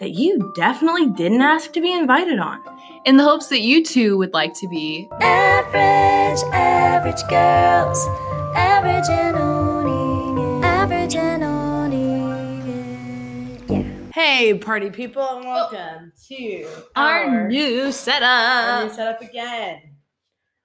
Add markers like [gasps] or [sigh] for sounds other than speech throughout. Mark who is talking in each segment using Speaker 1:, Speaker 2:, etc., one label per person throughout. Speaker 1: that you definitely didn't ask to be invited on.
Speaker 2: In the hopes that you too would like to be
Speaker 3: Average, average girls, average and owning it, average and owning it. Yeah.
Speaker 1: Hey, party people, and welcome to
Speaker 2: our new setup.
Speaker 1: set up again.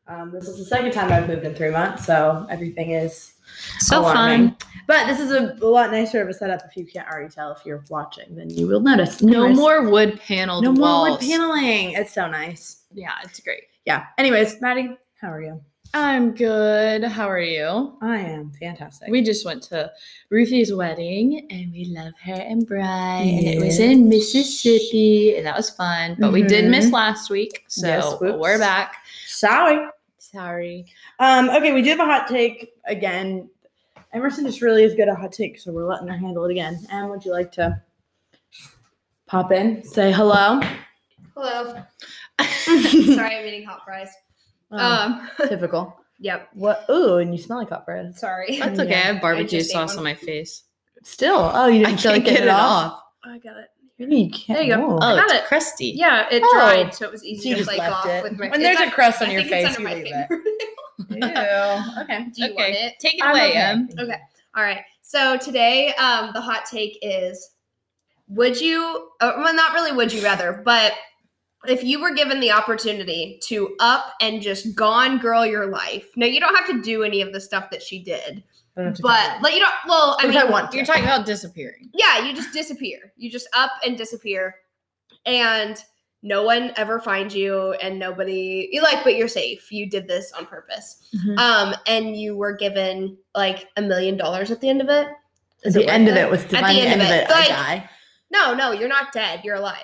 Speaker 1: Um, this is the second time I've moved in three months, so everything is
Speaker 2: So
Speaker 1: alarming.
Speaker 2: fun.
Speaker 1: But this is a, a lot nicer of a setup. If you can't already tell, if you're watching, then you will notice.
Speaker 2: No
Speaker 1: Anyways,
Speaker 2: more wood paneled
Speaker 1: no more
Speaker 2: walls.
Speaker 1: wood paneling. It's so nice.
Speaker 2: Yeah, it's great.
Speaker 1: Yeah. Anyways, Maddie, how are you?
Speaker 2: I'm good. How are you?
Speaker 1: I am fantastic.
Speaker 2: We just went to Ruthie's wedding and we love her and Bry. And it was
Speaker 1: Yes.
Speaker 2: in Mississippi and that was fun. But we did
Speaker 1: Mhm.
Speaker 2: miss last week. So
Speaker 1: Yes, whoops.
Speaker 2: we're back.
Speaker 1: sorry.
Speaker 2: Sorry.
Speaker 1: Um, okay, we do have a hot take again. Emerson just really is good at hot takes, so we're letting her handle it again. And would you like to pop in, say hello?
Speaker 4: [coughs] Hello.
Speaker 1: Sorry.
Speaker 4: Sorry, I'm eating hot fries.
Speaker 2: Uh.
Speaker 4: Um,
Speaker 1: Oh, [laughs] typical.
Speaker 4: yep.
Speaker 1: What? Ooh, and you smell like hot bread.
Speaker 4: Sorry.
Speaker 2: That's
Speaker 1: Yeah.
Speaker 2: okay. I have barbecue
Speaker 4: just ate
Speaker 2: sauce
Speaker 4: one.
Speaker 2: on my face.
Speaker 1: Still. Oh, you
Speaker 2: I
Speaker 1: didn't feel
Speaker 2: can't
Speaker 1: like
Speaker 2: get it off.
Speaker 4: [laughs] I got it.
Speaker 1: Maybe you can't.
Speaker 4: There you go.
Speaker 1: oh.
Speaker 2: Oh,
Speaker 4: I got
Speaker 2: it's
Speaker 4: it.
Speaker 2: crusty.
Speaker 4: Yeah, it
Speaker 1: Oh.
Speaker 4: dried, so it was easy
Speaker 1: you
Speaker 4: to
Speaker 1: just
Speaker 4: like
Speaker 1: left
Speaker 4: off
Speaker 1: it.
Speaker 4: with my.
Speaker 1: when there's
Speaker 4: it's
Speaker 1: a crust on
Speaker 4: I
Speaker 1: your
Speaker 4: think it's
Speaker 1: face,
Speaker 4: under
Speaker 1: you
Speaker 4: my
Speaker 1: leave
Speaker 4: finger. [laughs]
Speaker 1: it. Ew. Okay.
Speaker 4: Do you
Speaker 2: okay.
Speaker 4: want it?
Speaker 2: Take it
Speaker 1: [laughs] I'm
Speaker 2: away,
Speaker 1: okay.
Speaker 2: Em.
Speaker 4: Okay. All right. So today, um, the hot take is: Would you? Uh, well, not really. Would you rather? But if you were given the opportunity to up and just gone girl your life, no, you don't have to do any of the stuff that she did,
Speaker 1: I don't have to
Speaker 4: but like you don't. Well, I
Speaker 1: If
Speaker 4: mean,
Speaker 1: I want
Speaker 2: You're talking about disappearing.
Speaker 4: yeah, you just disappear. You just up and disappear, and no one ever finds you, and nobody you like, but you're safe. You did this on purpose.
Speaker 1: Mhm.
Speaker 4: Um, and you were given like a million dollars at the end of it.
Speaker 1: At
Speaker 4: Is
Speaker 1: the
Speaker 4: worth
Speaker 1: end of it was the
Speaker 4: At
Speaker 1: end, of it. I
Speaker 4: like,
Speaker 1: die.
Speaker 4: No, no, you're not dead. You're alive.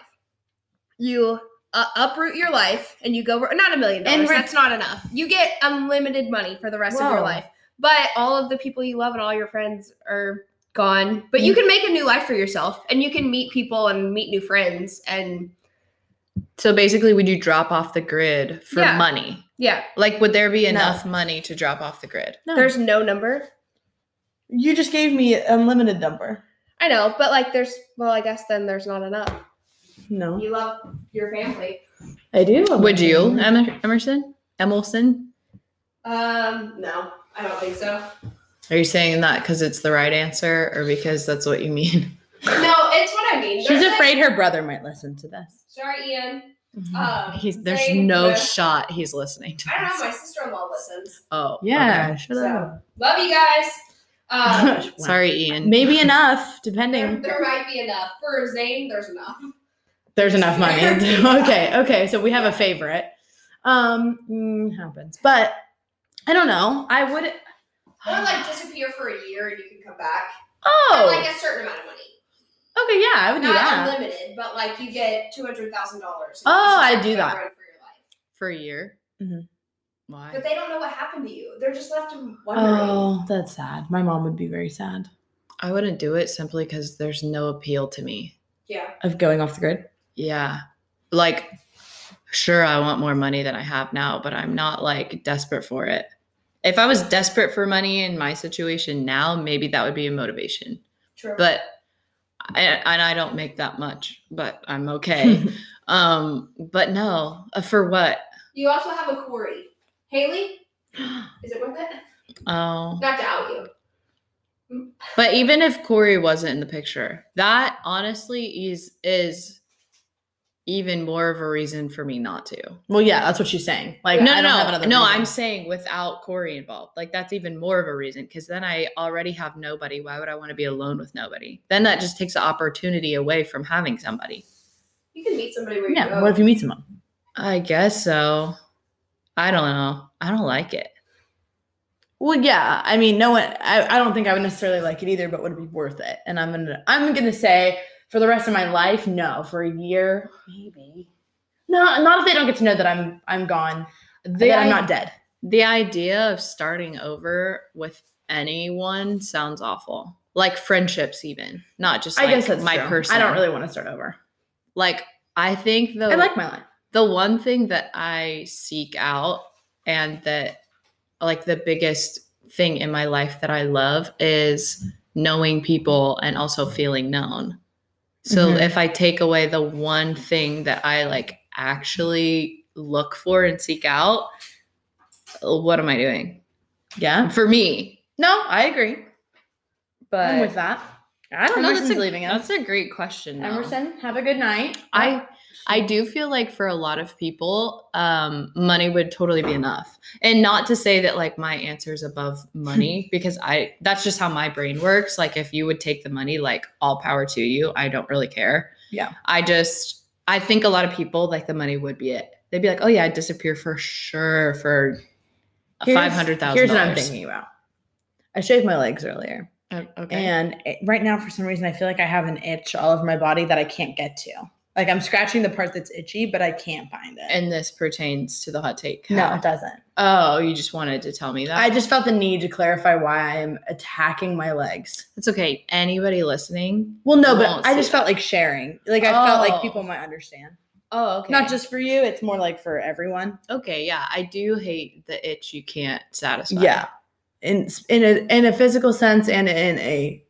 Speaker 4: You uh, uproot your life, and you go not a million
Speaker 1: And
Speaker 4: dollars.
Speaker 1: re-
Speaker 4: That's not enough. You get unlimited money for the rest of your
Speaker 1: Whoa.
Speaker 4: life, but all of the people you love and all your friends are gone. But
Speaker 1: Mm.
Speaker 4: you can make a new life for yourself, and you can meet people and meet new friends, and
Speaker 2: So basically, would you drop off the grid for
Speaker 4: Yeah.
Speaker 2: money?
Speaker 4: yeah,
Speaker 2: Like, would there be
Speaker 1: No.
Speaker 2: enough money to drop off the grid?
Speaker 1: No.
Speaker 4: there's no number.
Speaker 1: you just gave me unlimited number.
Speaker 4: I know, but like, there's well, I guess then there's not enough.
Speaker 1: No.
Speaker 4: You love your family.
Speaker 1: I do.
Speaker 2: Would you, Em- Emerson? Emelson?
Speaker 4: Um, no, I don't think so.
Speaker 2: Are you saying that because it's the right answer or because that's what you mean?
Speaker 4: No, it's what I mean.
Speaker 1: She's
Speaker 4: There's, like-
Speaker 1: afraid her brother might listen to this.
Speaker 4: Sorry, Ian. Um,
Speaker 2: He's, there's
Speaker 4: they-
Speaker 2: no
Speaker 4: the-
Speaker 2: shot he's listening to
Speaker 4: I don't know.
Speaker 2: this.
Speaker 4: My sister-in-law listens.
Speaker 2: [laughs] Oh, okay.
Speaker 1: shut
Speaker 4: So love you guys.
Speaker 1: uh, [laughs]
Speaker 4: Um,
Speaker 2: Sorry, Ian.
Speaker 1: Maybe enough,
Speaker 4: there,
Speaker 1: depending.
Speaker 4: there might be enough for Zane. There's enough.
Speaker 1: [laughs] There's enough money. okay, okay. So we have a favorite. Um, mm, happens, but I don't know. I would.
Speaker 4: Or
Speaker 1: [sighs]
Speaker 4: like disappear for a year and you can come back. For,
Speaker 1: Oh,
Speaker 4: like a certain amount of money.
Speaker 1: okay. Yeah, I would do
Speaker 4: Not
Speaker 1: that.
Speaker 4: unlimited, but like you get two hundred thousand dollars.
Speaker 1: Oh, I do that.
Speaker 4: For your life.
Speaker 2: for a year.
Speaker 1: Mhm.
Speaker 2: Why?
Speaker 4: But they don't know what happened to you. They're just left wondering.
Speaker 1: Oh, that's sad. My mom would be very sad
Speaker 2: I wouldn't do it simply because there's no appeal to me.
Speaker 4: Yeah.
Speaker 1: of going off the [laughs] grid.
Speaker 2: Yeah. Like, sure, I want more money than I have now, but I'm not like desperate for it. If I was desperate for money in my situation now, maybe that would be a motivation.
Speaker 4: True.
Speaker 2: But I, and I don't make that much, but I'm
Speaker 1: [laughs]
Speaker 2: okay. um, but no, uh, for what?
Speaker 4: you also have a Corey.
Speaker 1: [gasps]
Speaker 4: Haley, is it worth it?
Speaker 2: Oh,
Speaker 4: Not to out you.
Speaker 2: but even if Corey wasn't in the picture, that honestly is is even more of a reason for me not to.
Speaker 1: Well, yeah, that's what she's saying. Like,
Speaker 2: no,
Speaker 1: I
Speaker 2: no,
Speaker 1: don't
Speaker 2: no,
Speaker 1: have another
Speaker 2: no.
Speaker 1: reason.
Speaker 2: I'm saying without Corey involved, like that's even more of a reason because then I already have nobody. Why would I want to be alone with nobody? Then that just takes the opportunity away from having somebody.
Speaker 4: You can meet somebody where you
Speaker 1: Yeah.
Speaker 4: go.
Speaker 1: What if you meet someone?
Speaker 2: I guess so. I don't know. I don't like it.
Speaker 1: Well, yeah. I mean, no one. I, I don't think I would necessarily like it either, but would it be worth it? And I'm gonna I'm gonna say for the rest of my life, no. For a year, maybe. No, not if they don't get to know that I'm I'm gone. That I'm not dead.
Speaker 2: the idea of starting over with anyone sounds awful. Like friendships, even not just.
Speaker 1: I guess
Speaker 2: like,
Speaker 1: that's
Speaker 2: my
Speaker 1: true.
Speaker 2: person.
Speaker 1: I don't really want to start over.
Speaker 2: like. I think the
Speaker 1: I like my life.
Speaker 2: the one thing that I seek out and that like the biggest thing in my life that I love is knowing people and also feeling known. So
Speaker 1: Mhm.
Speaker 2: if I take away the one thing that I like actually look for and seek out, what am I doing?
Speaker 1: Yeah.
Speaker 2: For me,
Speaker 1: No, I agree.
Speaker 2: but
Speaker 1: I'm with that.
Speaker 2: I don't know. That's
Speaker 1: Emerson's
Speaker 2: a,
Speaker 1: leaving us.
Speaker 2: that's a great question. though.
Speaker 1: Emerson, have a good night.
Speaker 2: I I do feel like for a lot of people, um, money would totally be enough. And not to say that like my answer is above
Speaker 1: [laughs]
Speaker 2: money, because I that's just how my brain works. Like if you would take the money, like all power to you. I don't really care.
Speaker 1: Yeah.
Speaker 2: I just I think a lot of people like the money would be it. They'd be like, oh yeah, I'd disappear for sure for
Speaker 1: Here's-
Speaker 2: five hundred thousand.
Speaker 1: Here's what I'm thinking about. I shaved my legs earlier,
Speaker 2: Oh, Okay.
Speaker 1: and it- right now, for some reason, I feel like I have an itch all over my body that I can't get to. Like I'm scratching the part that's itchy, but I can't find it.
Speaker 2: and this pertains to the hot take.
Speaker 1: no,
Speaker 2: Kat.
Speaker 1: it doesn't.
Speaker 2: Oh, you just wanted to tell me that.
Speaker 1: I just felt the need to clarify why I'm attacking my legs.
Speaker 2: it's okay. Anybody listening?
Speaker 1: Well, no,
Speaker 2: Won't
Speaker 1: but I
Speaker 2: see
Speaker 1: just felt like sharing. Like I felt
Speaker 2: Oh.
Speaker 1: like people might understand.
Speaker 2: Oh, okay.
Speaker 1: Not just for you; it's more like for everyone.
Speaker 2: Okay, yeah, I do hate the itch you can't satisfy.
Speaker 1: Yeah, in s- in a in a physical sense and in a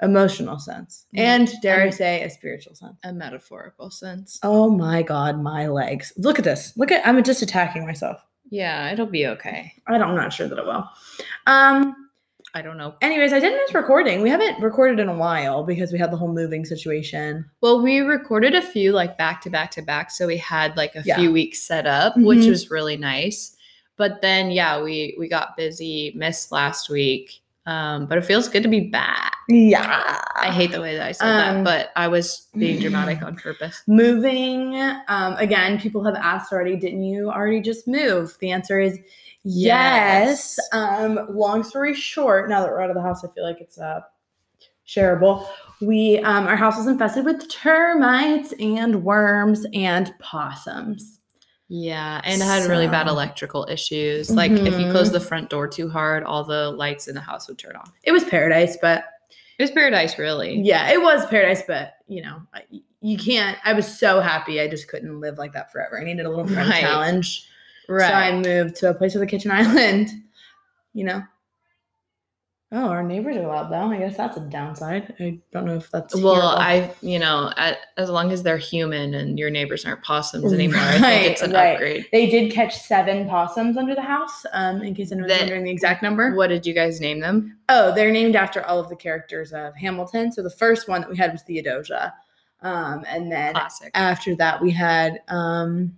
Speaker 1: emotional sense,
Speaker 2: Mm.
Speaker 1: and dare I
Speaker 2: Um,
Speaker 1: say, a spiritual sense.
Speaker 2: a metaphorical sense.
Speaker 1: Oh my god, my legs! Look at this. Look at I'm just attacking myself.
Speaker 2: Yeah, it'll be okay.
Speaker 1: I don't, I'm not sure that it will. Um.
Speaker 2: I don't know.
Speaker 1: Anyways, I did miss recording. We haven't recorded in a while because we had the whole moving situation.
Speaker 2: Well, we recorded a few like back to back to back, so we had like a
Speaker 1: Yeah.
Speaker 2: few weeks set up, which
Speaker 1: Mhm.
Speaker 2: was really nice. But then, yeah, we we got busy, missed last week. Um, but it feels good to be back.
Speaker 1: Yeah.
Speaker 2: I hate
Speaker 1: [sighs]
Speaker 2: the way that I said that,
Speaker 1: Um,
Speaker 2: but I was being dramatic
Speaker 1: [clears throat]
Speaker 2: on purpose.
Speaker 1: Moving, um, again, people have asked already, didn't you already just move? The answer is yes.
Speaker 2: Yes.
Speaker 1: Um, long story short, now that we're out of the house, I feel like it's uh, shareable. We um, our house was infested with termites and worms and possums.
Speaker 2: Yeah, and it had really bad
Speaker 1: So-
Speaker 2: electrical issues. Like if you
Speaker 1: Mhm.
Speaker 2: close the front door too hard, all the lights in the house would turn off.
Speaker 1: It was paradise, but
Speaker 2: It was paradise, really.
Speaker 1: yeah, it was paradise, but you know, I- you can't. I was so happy, I just couldn't live like that forever. I needed a little friend
Speaker 2: Right.
Speaker 1: challenge. So I
Speaker 2: Right.
Speaker 1: moved to a place with a kitchen [laughs] island, you know. Oh, our neighbors are loud though. I guess that's a downside. I don't know if that's
Speaker 2: well,
Speaker 1: hearable.
Speaker 2: I, you know, a as long as they're human and your neighbors aren't
Speaker 1: [laughs]
Speaker 2: possums anymore, I
Speaker 1: Right,
Speaker 2: think it's an
Speaker 1: right.
Speaker 2: upgrade.
Speaker 1: they did catch seven possums under the house. Um, in case anyone's
Speaker 2: That-
Speaker 1: wondering the exact number.
Speaker 2: What did you guys name them?
Speaker 1: Oh, they're named after all of the characters of Hamilton. So the first one that we had was Theodosia, um, and then
Speaker 2: Classic.
Speaker 1: after that we had um,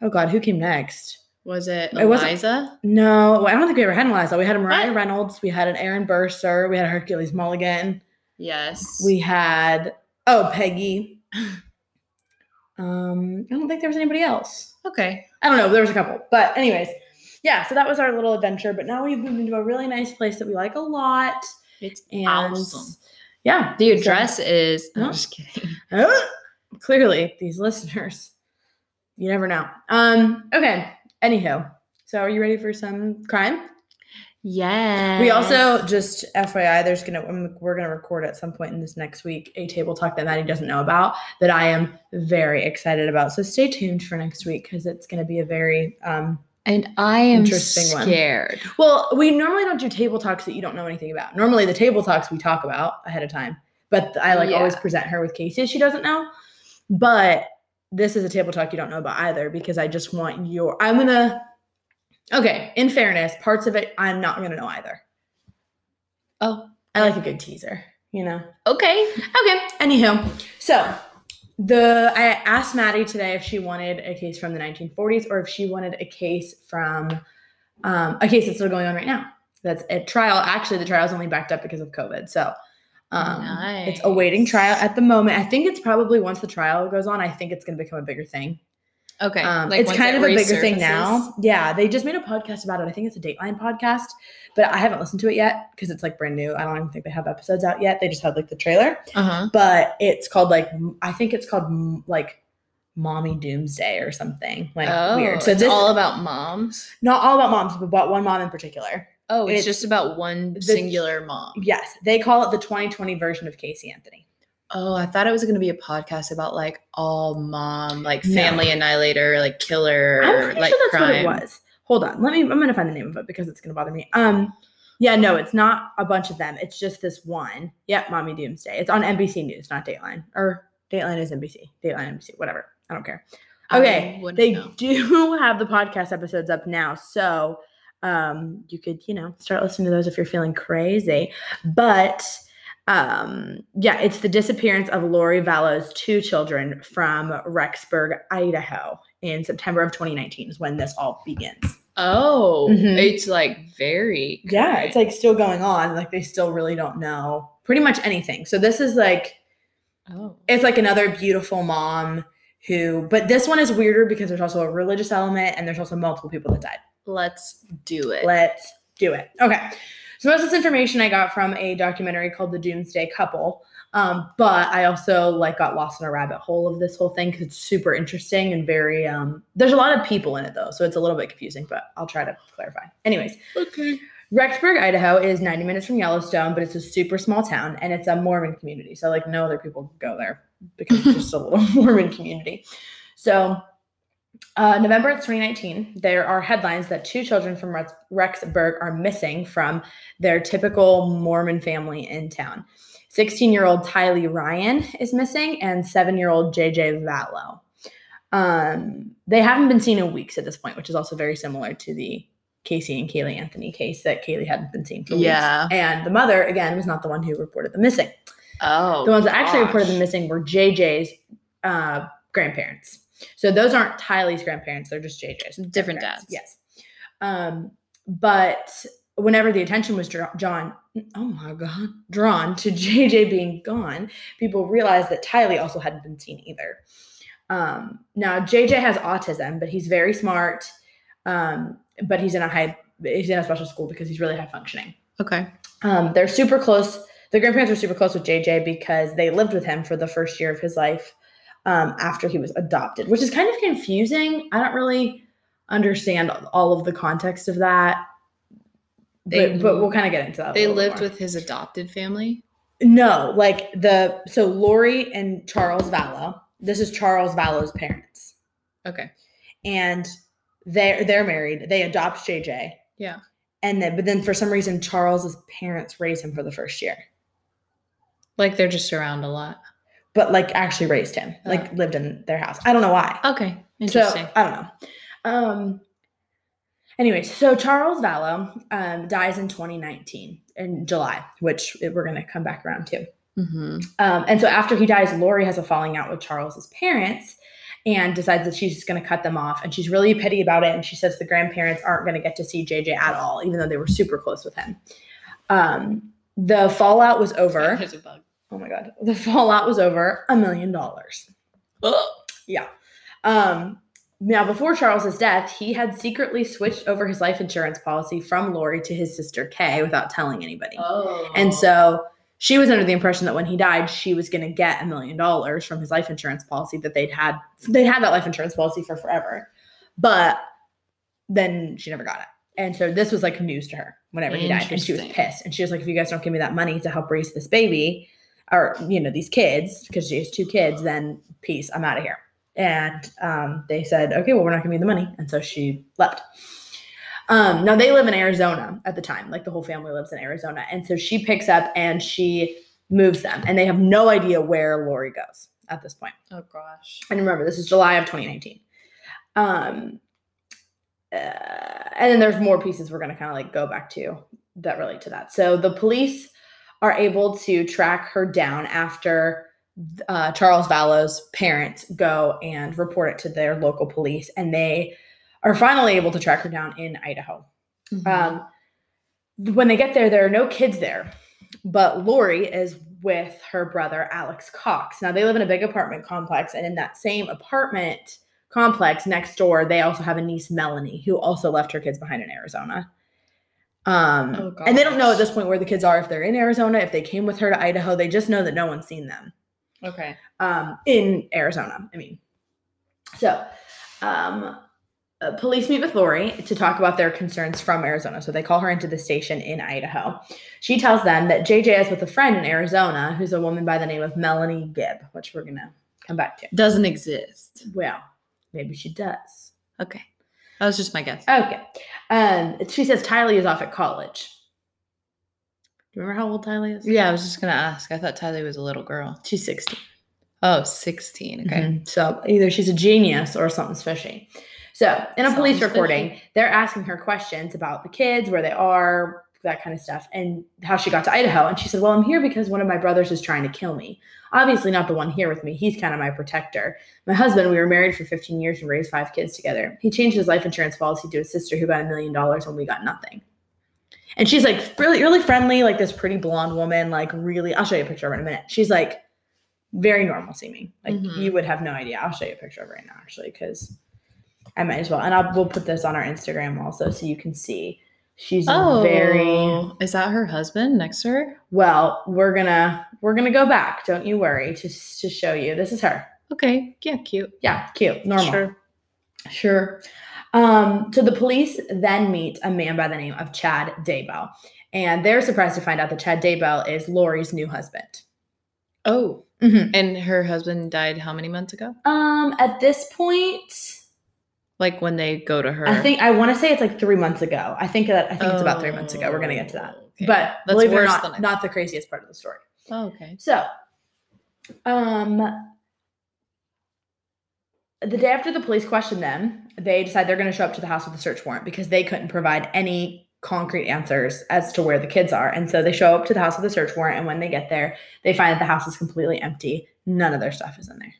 Speaker 1: oh god, who came next?
Speaker 2: Was it
Speaker 1: it wasn't-
Speaker 2: Eliza?
Speaker 1: No, I don't think we ever had an Eliza. We had a Mariah
Speaker 2: What?
Speaker 1: Reynolds. We had an Aaron Burser. We had a Hercules Mulligan.
Speaker 2: Yes.
Speaker 1: We had oh Peggy. Um, I don't think there was anybody else.
Speaker 2: okay.
Speaker 1: I don't know. There was a couple, but anyways, yeah. So that was our little adventure. But now we've moved into a really nice place that we like a lot.
Speaker 2: It's
Speaker 1: And
Speaker 2: awesome.
Speaker 1: yeah,
Speaker 2: The
Speaker 1: so-
Speaker 2: address is.
Speaker 1: No.
Speaker 2: I'm just kidding.
Speaker 1: Huh? clearly these listeners. You never know. Um. Okay. Anywho, so are you ready for some crime?
Speaker 2: Yeah.
Speaker 1: We also just FYI, there's gonna um, we're gonna record at some point in this next week a table talk that Maddie doesn't know about that I am very excited about. So stay tuned for next week because it's gonna be a very um.
Speaker 2: And I am
Speaker 1: Interesting one.
Speaker 2: scared.
Speaker 1: Well, we normally don't do table talks that you don't know anything about. Normally, the table talks we talk about ahead of time, but I like
Speaker 2: Yeah.
Speaker 1: always present her with cases she doesn't know. But this is a table talk you don't know about either because I just want your. I'm gonna. Okay, in fairness, parts of it I'm not gonna know either.
Speaker 2: Oh,
Speaker 1: I like a good teaser, you know.
Speaker 2: okay.
Speaker 1: Okay. Anywho, so the I asked Maddie today if she wanted a case from the 1940s or if she wanted a case from um, a case that's still going on right now. That's a trial. Actually, the trial's only backed up because of COVID. So um, it's awaiting
Speaker 2: Nice.
Speaker 1: trial at the moment. I think it's probably once the trial goes on, I think it's going to become a bigger thing.
Speaker 2: Okay.
Speaker 1: Um,
Speaker 2: Like,
Speaker 1: it's
Speaker 2: once
Speaker 1: kind
Speaker 2: it
Speaker 1: of a bigger thing
Speaker 2: resurfaces?
Speaker 1: now. Yeah, they just made a podcast about it. I think it's a Dateline podcast, but I haven't listened to it yet because it's like brand new. I don't even think they have episodes out yet. They just had like the trailer
Speaker 2: Uh-huh.
Speaker 1: but it's called like m- I think it's called m- like mommy doomsday or something like
Speaker 2: oh,
Speaker 1: weird. So
Speaker 2: it's
Speaker 1: this
Speaker 2: all about moms.
Speaker 1: not all about moms, but about one mom in particular.
Speaker 2: Oh, it's,
Speaker 1: It's
Speaker 2: just about one singular mom.
Speaker 1: Yes, they call it the 2020 version of Casey Anthony.
Speaker 2: Oh, I thought it was going to be a podcast about like all mom, like
Speaker 1: No.
Speaker 2: family annihilator, like killer,
Speaker 1: I'm pretty
Speaker 2: like
Speaker 1: sure that's
Speaker 2: crime.
Speaker 1: what it was. Hold on, let me. I'm gonna find the name of it because it's gonna bother me. Um, yeah, no, it's not a bunch of them. It's just this one. Yep, mommy doomsday. It's on NBC News, not Dateline. Or Dateline is NBC. Dateline NBC. Whatever. I don't care. Okay,
Speaker 2: I wouldn't
Speaker 1: They
Speaker 2: know.
Speaker 1: do [laughs] have the podcast episodes up now, so um, you could you know start listening to those if you're feeling crazy. But um, yeah, it's the disappearance of Lori Vallo's two children from Rexburg, Idaho, in September of 2019 is when this all begins.
Speaker 2: Oh,
Speaker 1: Mhm.
Speaker 2: it's like very.
Speaker 1: Yeah, it's
Speaker 2: current.
Speaker 1: like still going on. Like they still really don't know pretty much anything. So this is like
Speaker 2: oh.
Speaker 1: it's like another beautiful mom who, but this one is weirder because there's also a religious element and there's also multiple people that died.
Speaker 2: Let's do it.
Speaker 1: Let's do it. Okay. So most of this information I got from a documentary called The Doomsday Couple. Um, but I also like got lost in a rabbit hole of this whole thing because it's super interesting and very um there's a lot of people in it though, so it's a little bit confusing, but I'll try to clarify. Anyways,
Speaker 2: okay.
Speaker 1: Rexburg, Idaho is 90 minutes from Yellowstone, but it's a super small town and it's a Mormon community. So, like, no other people go there because it's just a little [laughs] Mormon community. So, uh, November of 2019, there are headlines that two children from Rex- Rexburg are missing from their typical Mormon family in town. 16 year old Tylee Ryan is missing, and seven year old JJ Vallow. Um, they haven't been seen in weeks at this point, which is also very similar to the Casey and Kaylee Anthony case that Kaylee hadn't been seen for
Speaker 2: Yeah.
Speaker 1: weeks. And the mother, again, was not the one who reported the missing.
Speaker 2: Oh.
Speaker 1: The ones that actually reported
Speaker 2: gosh.
Speaker 1: them missing were JJ's uh, grandparents. So those aren't Tylee's grandparents; they're just JJ's.
Speaker 2: Different
Speaker 1: grandparents.
Speaker 2: dads.
Speaker 1: Yes. Um, but whenever the attention was dra- drawn, oh my god, drawn to [laughs] JJ being gone, people realized that Tylee also hadn't been seen either. Um, now JJ has autism, but he's very smart. Um, but he's in a high he's in a special school because he's really high functioning.
Speaker 2: Okay.
Speaker 1: Um, they're super close. The grandparents were super close with JJ because they lived with him for the first year of his life um, after he was adopted, which is kind of confusing. I don't really understand all of the context of that.
Speaker 2: They-
Speaker 1: but, but we'll kind of get into that. a
Speaker 2: They
Speaker 1: little bit
Speaker 2: lived
Speaker 1: Oh, more.
Speaker 2: with his adopted family.
Speaker 1: No, like the so Lori and Charles Vallow. This is Charles Vallow's parents,
Speaker 2: Okay.
Speaker 1: and they're they're married. They adopt JJ.
Speaker 2: Yeah.
Speaker 1: And then, but then for some reason, Charles's parents raise him for the first year.
Speaker 2: Like they're just around a lot.
Speaker 1: but like actually raised him, like
Speaker 2: Oh.
Speaker 1: lived in their house. I don't know why.
Speaker 2: Okay. Interesting.
Speaker 1: So I don't know. Um. Anyways, so Charles Vallow um, dies in 2019 in July, which we're going to come back around to.
Speaker 2: hmm
Speaker 1: Um, and so after he dies, Lori has a falling out with Charles's parents and decides that she's just going to cut them off. And she's really petty about it. And she says the grandparents aren't going to get to see JJ at all, even though they were super close with him. Um, the fallout was over.
Speaker 2: There's a bug.
Speaker 1: Oh my God. The fallout was over a million dollars. Um, now, before Charles's death, he had secretly switched over his life insurance policy from Lori to his sister Kay without telling anybody.
Speaker 2: Oh.
Speaker 1: And so she was under the impression that when he died, she was going to get a million dollars from his life insurance policy that they'd had they'd had that life insurance policy for forever. But then she never got it. And so this was like news to her whenever he died. And she was
Speaker 2: Interesting.
Speaker 1: pissed. And she was like, if you guys don't give me that money to help raise this baby or, you know, these kids, because she has two kids, then peace, I'm out of here. And um, they said, okay, well, we're not giving you the money. And so she left. Um, now they live in Arizona at the time, like the whole family lives in Arizona. And so she picks up and she moves them, and they have no idea where Lori goes at this point.
Speaker 2: Oh gosh.
Speaker 1: And remember, this is July of 2019. Um, uh, and then there's more pieces we're going to kind of like go back to that relate to that. So the police are able to track her down after uh, Charles Vallow's parents go and report it to their local police, and they are finally able to track her down in Idaho.
Speaker 2: Mm-hmm.
Speaker 1: Um, th- when they get there, there are no kids there, but Lori is with her brother Alex Cox. Now they live in a big apartment complex, and in that same apartment complex next door, they also have a niece Melanie who also left her kids behind in Arizona. Um,
Speaker 2: Oh,
Speaker 1: and they don't know at
Speaker 2: gosh.
Speaker 1: this point where the kids are if they're in Arizona, if they came with her to Idaho. They just know that no one's seen them
Speaker 2: okay.
Speaker 1: um, in Arizona. I mean, So, um, uh, police meet with Lori to talk about their concerns from Arizona. So they call her into the station in Idaho. She tells them that JJ is with a friend in Arizona who's a woman by the name of Melanie Gibb, which we're going to come back to.
Speaker 2: Doesn't exist.
Speaker 1: Well, maybe she does.
Speaker 2: Okay. That was just my guess.
Speaker 1: Okay. Um, she says Tylee is off at college. Do you remember how old Tylee is?
Speaker 2: Yeah, I was just going to ask. I thought Tylee was a little girl.
Speaker 1: She's 16.
Speaker 2: Oh, 16. Okay.
Speaker 1: Mhm. So either she's a genius or something's fishy. So in a police
Speaker 2: Something's
Speaker 1: recording, they're asking her questions about the kids, where they are, that kind of stuff, and how she got to Idaho. And she said, Well, I'm here because one of my brothers is trying to kill me. Obviously, not the one here with me. He's kind of my protector. My husband, we were married for 15 years and raised five kids together. He changed his life insurance policy to his sister who got a million dollars and we got nothing. And she's like really, really friendly, like this pretty blonde woman, like really. I'll show you a picture of her in a minute. She's like very normal seeming. Like
Speaker 2: Mhm.
Speaker 1: you would have no idea. I'll show you a picture of her right now, actually, because I might as well. And I'll we'll put this on our Instagram also, so you can see. She's
Speaker 2: Oh,
Speaker 1: very
Speaker 2: Is that her husband next to her?
Speaker 1: well. We're gonna we're gonna go back. Don't you worry. Just to show you, this is her.
Speaker 2: Okay. Yeah, cute.
Speaker 1: Yeah, cute, normal.
Speaker 2: Sure.
Speaker 1: Sure. Um, so the police then meet a man by the name of Chad Daybell, and they're surprised to find out that Chad Daybell is Lori's new husband.
Speaker 2: Oh,
Speaker 1: Mhm.
Speaker 2: and her husband died how many months ago?
Speaker 1: Um, at this point,
Speaker 2: Like when they go to her.
Speaker 1: I think I want to say it's like three months ago. I think that I think it's about three months ago. We're gonna get to that,
Speaker 2: Oh, okay.
Speaker 1: but
Speaker 2: That's
Speaker 1: believe it or
Speaker 2: worse
Speaker 1: not,
Speaker 2: than I
Speaker 1: not the craziest part of the story.
Speaker 2: oh, okay. [gasps]
Speaker 1: So, um, the day after the police questioned them, they decide they're going to show up to the house with a search warrant because they couldn't provide any concrete answers as to where the kids are. And so they show up to the house with a search warrant. And when they get there, they find that the house is completely empty. None of their stuff is in there.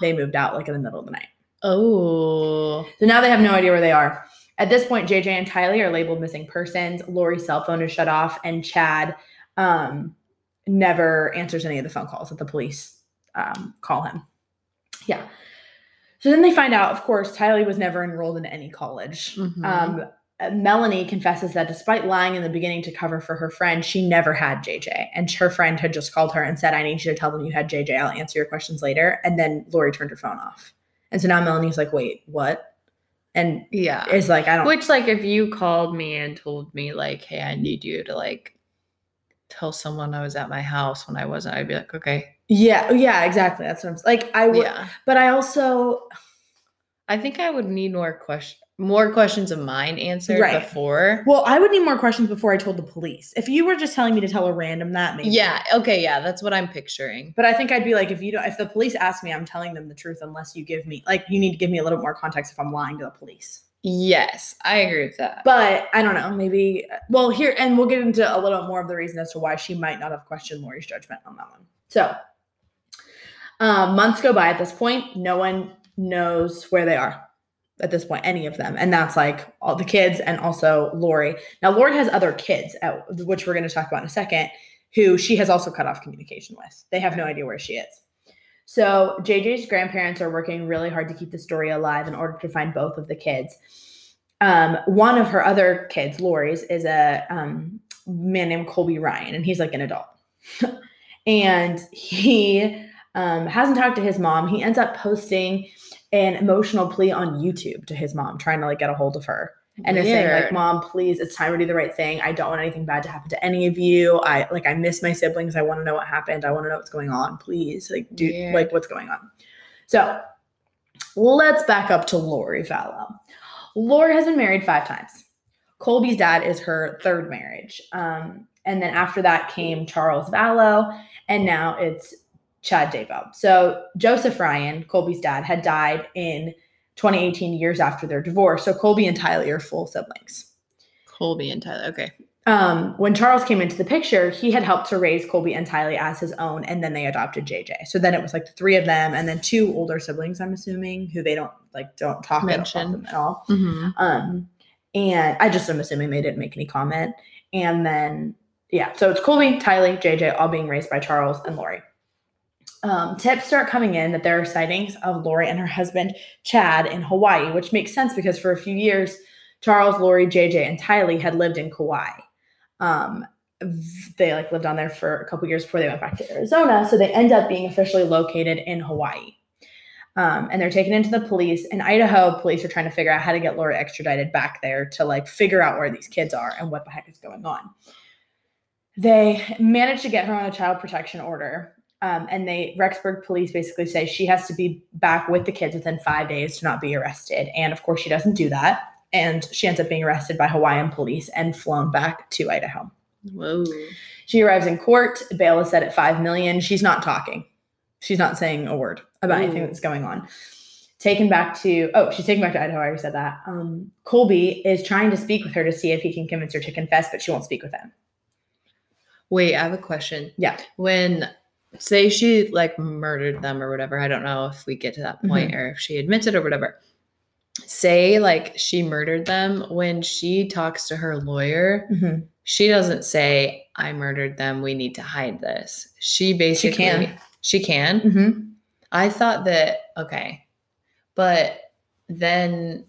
Speaker 1: They moved out like in the middle of the night.
Speaker 2: oh,
Speaker 1: So now they have no idea where they are. At this point, JJ and Tylee are labeled missing persons. Lori's cell phone is shut off, and Chad um, never answers any of the phone calls that the police um, call him. Yeah. So then they find out, of course, Tylee was never enrolled in any college.
Speaker 2: Mhm.
Speaker 1: Um, uh, Melanie confesses that despite lying in the beginning to cover for her friend, she never had JJ. And her friend had just called her and said, I need you to tell them you had JJ. I'll answer your questions later. And then Lori turned her phone off. And so now Melanie's like, wait, what? And
Speaker 2: yeah.
Speaker 1: is like, I don't.
Speaker 2: Which, like, if you called me and told me, like, hey, I need you to, like, tell someone I was at my house when I wasn't, I'd be like, okay.
Speaker 1: yeah, yeah, exactly. That's what I'm s- like. I would,
Speaker 2: Yeah.
Speaker 1: but I also,
Speaker 2: I think I would need more question, more questions of mine answered
Speaker 1: Right.
Speaker 2: before.
Speaker 1: well, I would need more questions before I told the police. If you were just telling me to tell a random that, maybe.
Speaker 2: yeah. Okay. Yeah. That's what I'm picturing.
Speaker 1: But I think I'd be like, if you don't, if the police ask me, I'm telling them the truth unless you give me, like, you need to give me a little more context if I'm lying to the police.
Speaker 2: Yes, I agree with that.
Speaker 1: But I don't know, maybe, well, here, and we'll get into a little bit more of the reason as to why she might not have questioned Lori's judgment on that one. So, uh, months go by at this point. No one knows where they are at this point, any of them. And that's like all the kids and also Lori. Now, Lori has other kids, uh, which we're going to talk about in a second, who she has also cut off communication with. They have no idea where she is. So, JJ's grandparents are working really hard to keep the story alive in order to find both of the kids. Um, one of her other kids, Lori's, is a um, man named Colby Ryan, and he's like an adult. [laughs] and he um, hasn't talked to his mom. He ends up posting an emotional plea on YouTube to his mom, trying to like get a hold of her and is saying like
Speaker 2: Weird.
Speaker 1: mom please it's time to do the right thing i don't want anything bad to happen to any of you i like i miss my siblings i want to know what happened i want to know what's going on please like do
Speaker 2: Weird.
Speaker 1: like what's going on so let's back up to lori fallow lori has been married five times colby's dad is her third marriage um, and then after that came charles vallow and now it's chad daybell so joseph ryan colby's dad had died in 2018 years after their divorce. So Colby and Tylee are full siblings.
Speaker 2: Colby and Tyler. Okay.
Speaker 1: Um, when Charles came into the picture, he had helped to raise Colby and Tylee as his own, and then they adopted JJ. So then it was like the three of them, and then two older siblings, I'm assuming, who they don't like don't talk about
Speaker 2: Mention.
Speaker 1: them at all.
Speaker 2: Mm-hmm.
Speaker 1: Um, and I just am assuming they didn't make any comment. And then, yeah, so it's Colby, Tylee, JJ, all being raised by Charles and Lori. Um, tips start coming in that there are sightings of Lori and her husband, Chad, in Hawaii, which makes sense because for a few years, Charles, Lori, JJ, and Tylee had lived in Kauai. Um, v- they like lived on there for a couple years before they went back to Arizona. So they end up being officially located in Hawaii. Um, and they're taken into the police. And Idaho police are trying to figure out how to get Laura extradited back there to like figure out where these kids are and what the heck is going on. They manage to get her on a child protection order. Um, and they Rexburg police basically say she has to be back with the kids within five days to not be arrested. And of course, she doesn't do that. And she ends up being arrested by Hawaiian police and flown back to Idaho.
Speaker 2: Whoa.
Speaker 1: She arrives in court. Bail is set at five million. She's not talking. She's not saying a word about anything
Speaker 2: Ooh.
Speaker 1: that's going on. Taken back to oh, she's taken back to Idaho. I already said that. Um, Colby is trying to speak with her to see if he can convince her to confess, but she won't speak with him.
Speaker 2: Wait, I have a question.
Speaker 1: Yeah.
Speaker 2: When say she like murdered them or whatever, I don't know if we get to
Speaker 1: Mm-hmm.
Speaker 2: that point or if she admits it or whatever. Say like she murdered them when she talks to her lawyer,
Speaker 1: Mm-hmm.
Speaker 2: she doesn't say I murdered them, we need to hide this. She basically
Speaker 1: can.
Speaker 2: She can.
Speaker 1: Mm-hmm.
Speaker 2: I thought that okay. But then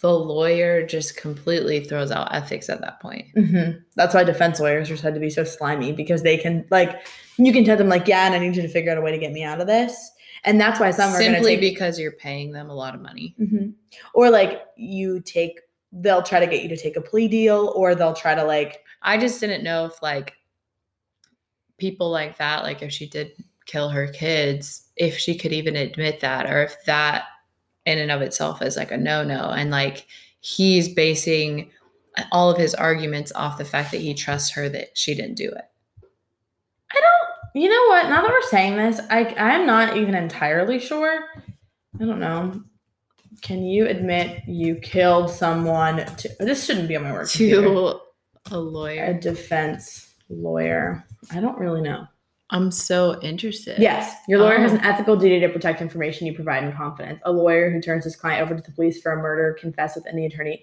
Speaker 2: the lawyer just completely throws out ethics at that point.
Speaker 1: Mm-hmm. That's why defense lawyers are said to be so slimy because they can like you can tell them like yeah, and I need you to figure out a way to get me out of this, and that's why some are
Speaker 2: Simply
Speaker 1: going to
Speaker 2: because you're paying them a lot of money.
Speaker 1: hmm or like you take they'll try to get you to take a plea deal or they'll try to like
Speaker 2: I just didn't know if like people like that, like if she did kill her kids, if she could even admit that, or if that in and of itself is like a no no. And like he's basing all of his arguments off the fact that he trusts her that she didn't do it.
Speaker 1: I don't. You know what? Now that we're saying this, I I'm not even entirely sure. I don't know. Can you admit you killed someone? To, this shouldn't be on my work. computer.
Speaker 2: To a
Speaker 1: a
Speaker 2: lawyer.
Speaker 1: defense lawyer. I don't really know.
Speaker 2: I'm so interested.
Speaker 1: Yes, your lawyer has
Speaker 2: Uh, Oh.
Speaker 1: an ethical duty to protect information you provide in confidence. A lawyer who turns his client over to the police for a murder confess with any attorney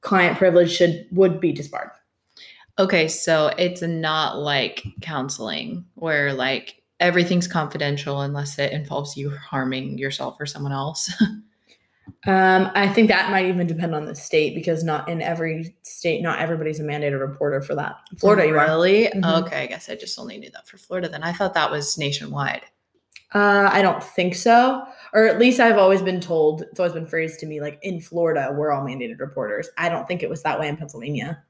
Speaker 1: client privilege should would be disbarred.
Speaker 2: Okay, so it's not like counseling where like everything's confidential unless it involves you harming yourself or someone else.
Speaker 1: Um, I think that might even depend on the state because not in every state, not everybody's a mandated reporter for that. In Florida, you are.
Speaker 2: really?
Speaker 1: Mhm.
Speaker 2: Okay, I guess I just only knew that for Florida. Then I thought that was nationwide.
Speaker 1: Uh, I don't think so, or at least I've always been told. It's always been phrased to me like in Florida, we're all mandated reporters. I don't think it was that way in Pennsylvania.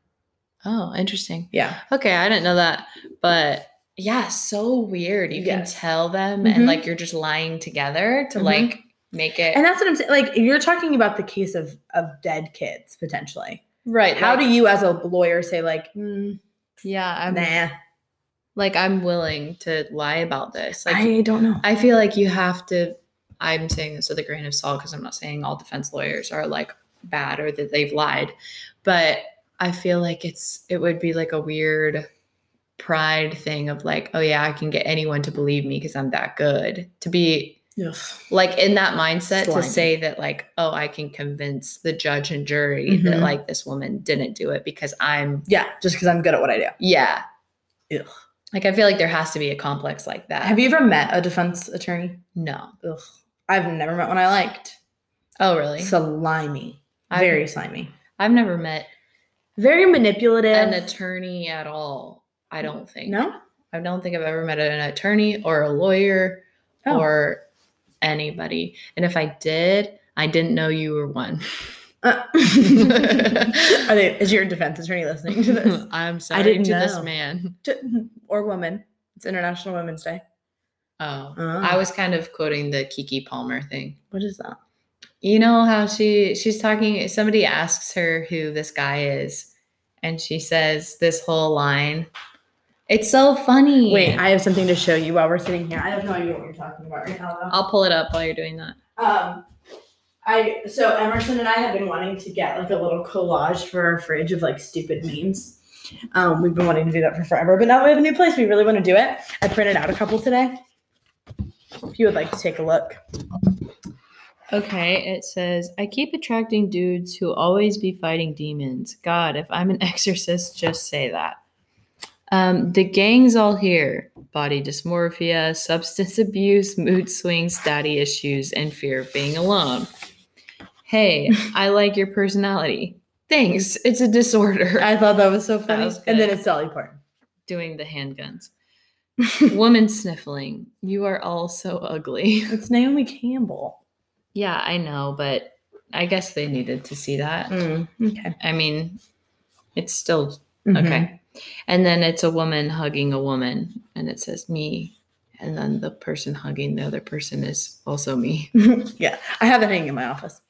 Speaker 2: Oh, interesting.
Speaker 1: Yeah,
Speaker 2: Okay, I didn't know that, but yeah, so weird. You
Speaker 1: Yes.
Speaker 2: can tell them,
Speaker 1: Mhm.
Speaker 2: and like you're just lying together to
Speaker 1: Mhm.
Speaker 2: like make it
Speaker 1: and that's what I'm saying. Like you're talking about the case of of dead kids potentially.
Speaker 2: right.
Speaker 1: How
Speaker 2: like-
Speaker 1: do you, as a lawyer, say like, mm,
Speaker 2: Yeah, I'm
Speaker 1: nah?
Speaker 2: like I'm willing to lie about this. Like
Speaker 1: I don't know.
Speaker 2: I feel like you have to. I'm saying this with a grain of salt because I'm not saying all defense lawyers are like bad or that they've lied, but I feel like it's it would be like a weird pride thing of like, oh yeah, I can get anyone to believe me because I'm that good. To be
Speaker 1: Yes.
Speaker 2: like in that mindset to
Speaker 1: Slimy.
Speaker 2: say that like, oh, I can convince the judge and jury that
Speaker 1: Mhm.
Speaker 2: like this woman didn't do it because I'm
Speaker 1: Yeah, just because I'm good at what I do.
Speaker 2: yeah.
Speaker 1: Ugh.
Speaker 2: Like I feel like there has to be a complex like that.
Speaker 1: Have you ever met a defense attorney?
Speaker 2: no.
Speaker 1: Ugh, I've never met one I liked.
Speaker 2: Oh really?
Speaker 1: Slimy,
Speaker 2: I've-
Speaker 1: very slimy,
Speaker 2: I've never met
Speaker 1: very manipulative.
Speaker 2: an attorney at all. I don't think.
Speaker 1: no,
Speaker 2: I don't think I've ever met an attorney or a lawyer
Speaker 1: Oh.
Speaker 2: or anybody. And if I did, I didn't know you were
Speaker 1: [laughs]
Speaker 2: one.
Speaker 1: Uh, Are they, is your defense attorney listening to [laughs] this?
Speaker 2: [laughs] I'm sorry
Speaker 1: didn't
Speaker 2: to this
Speaker 1: know.
Speaker 2: man.
Speaker 1: To- or woman. It's International Women's Day.
Speaker 2: Oh.
Speaker 1: Oh.
Speaker 2: I was kind of quoting the Kiki Palmer thing.
Speaker 1: What is that?
Speaker 2: You know how she she's talking somebody asks her who this guy is and she says this whole line. It's so funny.
Speaker 1: Wait, I have something to show you while we're sitting here. I have no idea what you're talking about right now.
Speaker 2: I'll pull it up while you're doing that.
Speaker 1: Though. Um, I so Emerson and I have been wanting to get like a little collage for our fridge of like stupid memes. Um, we've been wanting to do that for forever, but now that we have a new place. We really want to do it. I printed out a couple today. If you would like to take a look.
Speaker 2: Okay, it says, I keep attracting dudes who always be fighting demons. God, if I'm an [laughs] exorcist, just say that. Um, the gang's all here body dysmorphia, substance abuse, mood swings, daddy issues, and fear of being alone. Hey, I like your personality. Thanks. It's a disorder.
Speaker 1: I thought that was so funny.
Speaker 2: was
Speaker 1: and then
Speaker 2: good.
Speaker 1: it's Sally Port.
Speaker 2: [laughs] Doing the handguns. Woman sniffling. You are all so ugly. [laughs]
Speaker 1: It's Naomi Campbell.
Speaker 2: Yeah, I know, but I guess they needed to see that.
Speaker 1: Mm, Okay.
Speaker 2: I mean, it's still
Speaker 1: Mhm.
Speaker 2: okay. And then it's a woman hugging a woman, and it says me. And then the person hugging the other person is also me.
Speaker 1: [laughs] yeah, I have it hanging in my office.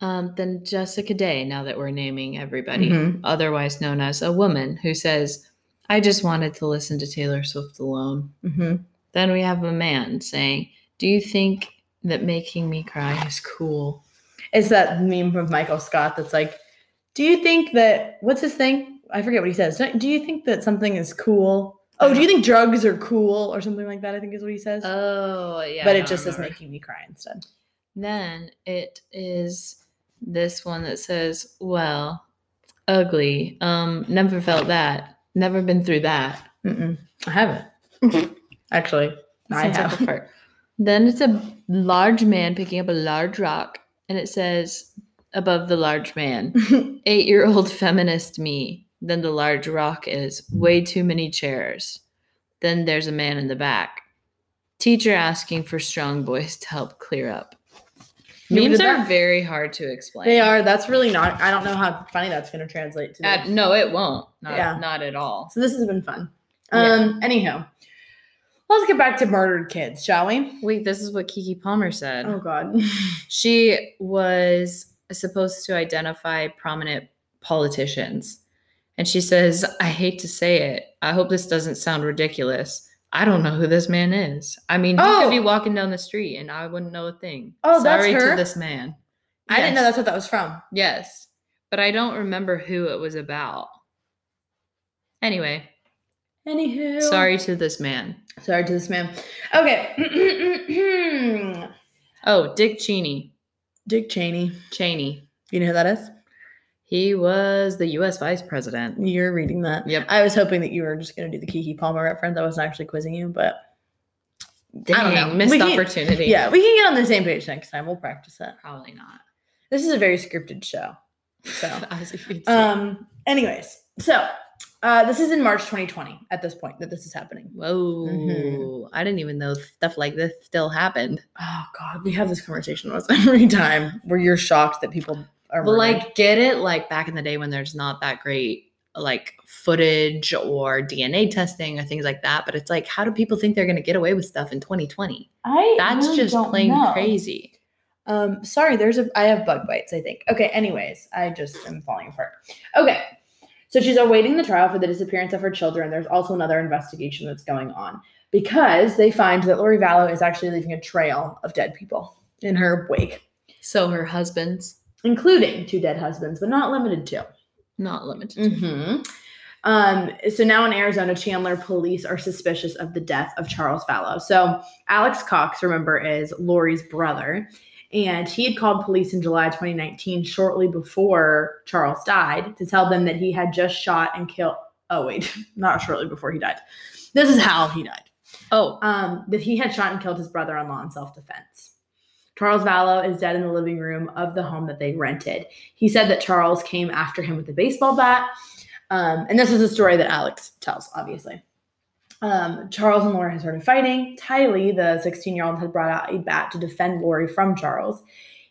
Speaker 2: Um, then Jessica Day, now that we're naming everybody,
Speaker 1: Mhm.
Speaker 2: otherwise known as a woman, who says, I just wanted to listen to Taylor Swift alone.
Speaker 1: hmm
Speaker 2: Then we have a man saying, Do you think that making me cry is cool?
Speaker 1: It's that meme of Michael Scott that's like, do you think that what's his thing? I forget what he says. Do do you think that something is cool? Oh, do you think drugs are cool or something like that? I think is what he says.
Speaker 2: Oh, yeah.
Speaker 1: but
Speaker 2: I
Speaker 1: it
Speaker 2: don't
Speaker 1: just is
Speaker 2: remember.
Speaker 1: making me cry instead.
Speaker 2: Then it is this one that says, Well, ugly. Um, never felt that. Never been through that.
Speaker 1: Mm-mm. I haven't
Speaker 2: [laughs]
Speaker 1: actually.
Speaker 2: That
Speaker 1: I
Speaker 2: sounds like
Speaker 1: have.
Speaker 2: a fart. Then it's a large man picking up a large rock, and it says above the large
Speaker 1: [laughs]
Speaker 2: man, eight year old feminist me. Then the large rock is way too many chairs. Then there's a man in the back. Teacher asking for strong boys to help clear up.
Speaker 1: Yeah, we
Speaker 2: Memes
Speaker 1: did
Speaker 2: are
Speaker 1: that.
Speaker 2: very hard to explain.
Speaker 1: They are. That's really not. I don't know how funny that's going to translate to. the-
Speaker 2: Uh, no, it won't. Not,
Speaker 1: Yeah.
Speaker 2: not at all.
Speaker 1: so this has been fun.
Speaker 2: Yeah.
Speaker 1: Um. Anyhow, let's get back to murdered kids, shall we?
Speaker 2: Wait, this is what Kiki Palmer said. [laughs]
Speaker 1: Oh God.
Speaker 2: She was supposed to identify prominent politicians. And she says, I hate to say it. I hope this doesn't sound ridiculous. I don't know who this man is. I mean, he
Speaker 1: Oh.
Speaker 2: could be walking down the street and I wouldn't know a thing.
Speaker 1: Oh, that's
Speaker 2: Sorry
Speaker 1: her?
Speaker 2: to this man.
Speaker 1: I didn't know
Speaker 2: Yes.
Speaker 1: that's what that was from.
Speaker 2: Yes. But I don't remember who it was about. Anyway,
Speaker 1: Anywho.
Speaker 2: sorry to this man.
Speaker 1: Sorry to this man. Okay.
Speaker 2: Oh, Dick Cheney.
Speaker 1: [clears throat] Dick Cheney.
Speaker 2: Cheney.
Speaker 1: You know who that is?
Speaker 2: He was the US vice president.
Speaker 1: You're reading that.
Speaker 2: Yep.
Speaker 1: I was hoping that you were just going to do the Kiki Palmer reference. I wasn't actually quizzing you, but
Speaker 2: Dang,
Speaker 1: I don't know.
Speaker 2: Missed
Speaker 1: We can't-
Speaker 2: opportunity.
Speaker 1: yeah, we can get on the same page next time. We'll practice it.
Speaker 2: Probably not.
Speaker 1: This is a very scripted show.
Speaker 2: [laughs]
Speaker 1: [laughs] So.
Speaker 2: As you can see.
Speaker 1: Um. Anyways, so uh, this is in March 2020. At this point, that this is happening.
Speaker 2: Whoa.
Speaker 1: mm-hmm.
Speaker 2: I didn't even know stuff like this still happened.
Speaker 1: Oh God, we have this conversation almost [laughs] every time where you're shocked that people are.
Speaker 2: But
Speaker 1: murdered.
Speaker 2: like get it like back in the day when there's not that great like footage or DNA testing or things like that. But it's like, how do people think they're gonna get away with stuff in 2020?
Speaker 1: I
Speaker 2: That's
Speaker 1: really
Speaker 2: just
Speaker 1: don't
Speaker 2: plain
Speaker 1: know.
Speaker 2: crazy.
Speaker 1: Um. Sorry, there's a. I have bug bites. I think. Okay. Anyways, I just am falling apart. Okay. So she's awaiting the trial for the disappearance of her children. There's also another investigation that's going on because they find that Lori Vallow is actually leaving a trail of dead people in her wake,
Speaker 2: So her husband's
Speaker 1: including two dead husbands, but not limited to.
Speaker 2: not limited.
Speaker 1: hmm Um, so now in Arizona, Chandler police are suspicious of the death of Charles Fallow. So Alex Cox, remember, is Lori's brother. And he had called police in July 2019, shortly before Charles died, to tell them that he had just shot and killed. Oh, wait, [laughs] not shortly before he died. This is how he died
Speaker 2: Oh,
Speaker 1: um, that he had shot and killed his brother in law in self defense. Charles Vallow is dead in the living room of the home that they rented. He said that Charles came after him with a baseball bat. Um, and this is a story that Alex tells, obviously. Um, Charles and Lori had started fighting. Tylee, the 16 year old, had brought out a bat to defend Lori from Charles.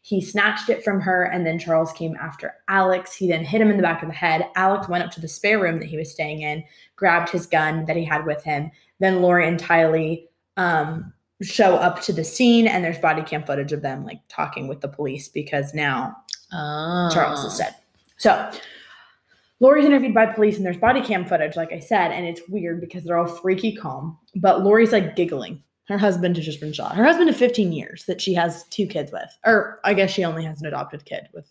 Speaker 1: He snatched it from her, and then Charles came after Alex. He then hit him in the back of the head. Alex went up to the spare room that he was staying in, grabbed his gun that he had with him. Then Lori and Tylee um, show up to the scene, and there's body cam footage of them like talking with the police because now
Speaker 2: oh.
Speaker 1: Charles is dead. So Lori's interviewed by police and there's body cam footage, like I said, and it's weird because they're all freaky calm. But Lori's like giggling. Her husband has just been shot. Her husband of 15 years that she has two kids with. Or I guess she only has an adopted kid with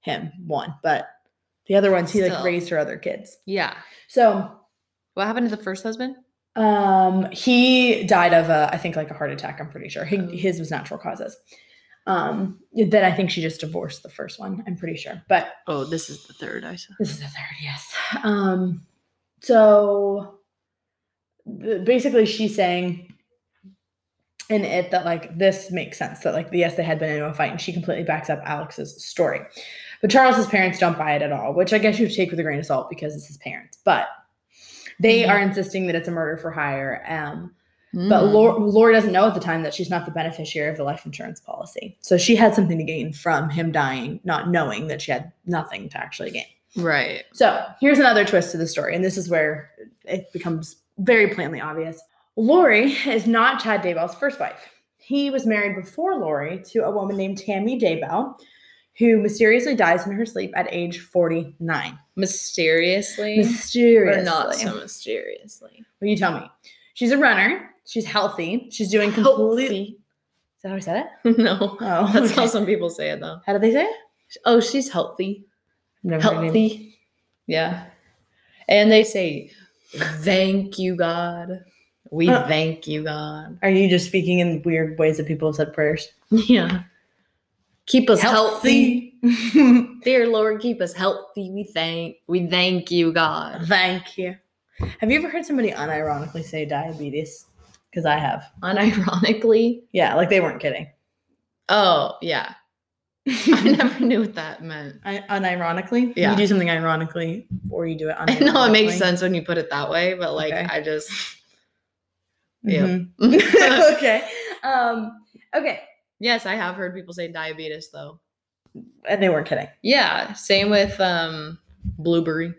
Speaker 1: him, one, but the other ones he like
Speaker 2: Still.
Speaker 1: raised her other kids.
Speaker 2: Yeah.
Speaker 1: So
Speaker 2: What happened to the first husband?
Speaker 1: um he died of a I think like a heart attack, I'm pretty sure. He,
Speaker 2: Oh.
Speaker 1: his was natural causes. Um then I think she just divorced the first one, I'm pretty sure. But
Speaker 2: Oh, this is the third I saw.
Speaker 1: This is the third, yes. Um, so b- basically, she's saying in it that like this makes sense that like yes, they had been in a fight, and she completely backs up Alex's story. But Charles's parents don't buy it at all, which I guess you take with a grain of salt because it's his parents. But they
Speaker 2: Mhm.
Speaker 1: are insisting that it's a murder for hire. Um, But
Speaker 2: Mm.
Speaker 1: Lor- Lori doesn't know at the time that she's not the beneficiary of the life insurance policy. So she had something to gain from him dying, not knowing that she had nothing to actually gain.
Speaker 2: right.
Speaker 1: So here's another twist to the story, and this is where it becomes very plainly obvious. Lori is not Chad Daybell's first wife. He was married before Lori to a woman named Tammy Daybell, who mysteriously dies in her sleep at age 49.
Speaker 2: Mysteriously,
Speaker 1: Mysteriously.
Speaker 2: or not so mysteriously.
Speaker 1: Will you tell me? She's a runner. She's healthy. She's doing completely.
Speaker 2: Healthy.
Speaker 1: Is that how I said
Speaker 2: [laughs]
Speaker 1: it?
Speaker 2: no,
Speaker 1: Oh,
Speaker 2: that's how
Speaker 1: okay.
Speaker 2: some people say it though.
Speaker 1: How did they say it?
Speaker 2: Oh, she's healthy.
Speaker 1: Never
Speaker 2: Healthy. Yeah. And they say, "Thank you, God. We
Speaker 1: Uh.
Speaker 2: thank you, God.
Speaker 1: Are you just speaking in weird ways that people have said prayers?
Speaker 2: Yeah. Keep us healthy.
Speaker 1: Healthy.
Speaker 2: dear Lord. Keep us healthy. We thank. We thank you, God.
Speaker 1: [laughs] Thank you. Have you ever heard somebody unironically say diabetes? Because I have.
Speaker 2: Unironically.
Speaker 1: Yeah, like they weren't kidding.
Speaker 2: Oh [laughs] yeah. I never knew what that meant.
Speaker 1: I, unironically?
Speaker 2: Yeah.
Speaker 1: You do something ironically or you
Speaker 2: [laughs]
Speaker 1: do it
Speaker 2: I
Speaker 1: unironically.
Speaker 2: know it makes sense when you put it that way, but like
Speaker 1: Okay.
Speaker 2: I
Speaker 1: [laughs]
Speaker 2: just [laughs]
Speaker 1: Mhm.
Speaker 2: yes,
Speaker 1: [laughs] okay. Um, okay.
Speaker 2: I have heard people say diabetes though.
Speaker 1: And they weren't kidding.
Speaker 2: Yeah, same with um blueberry.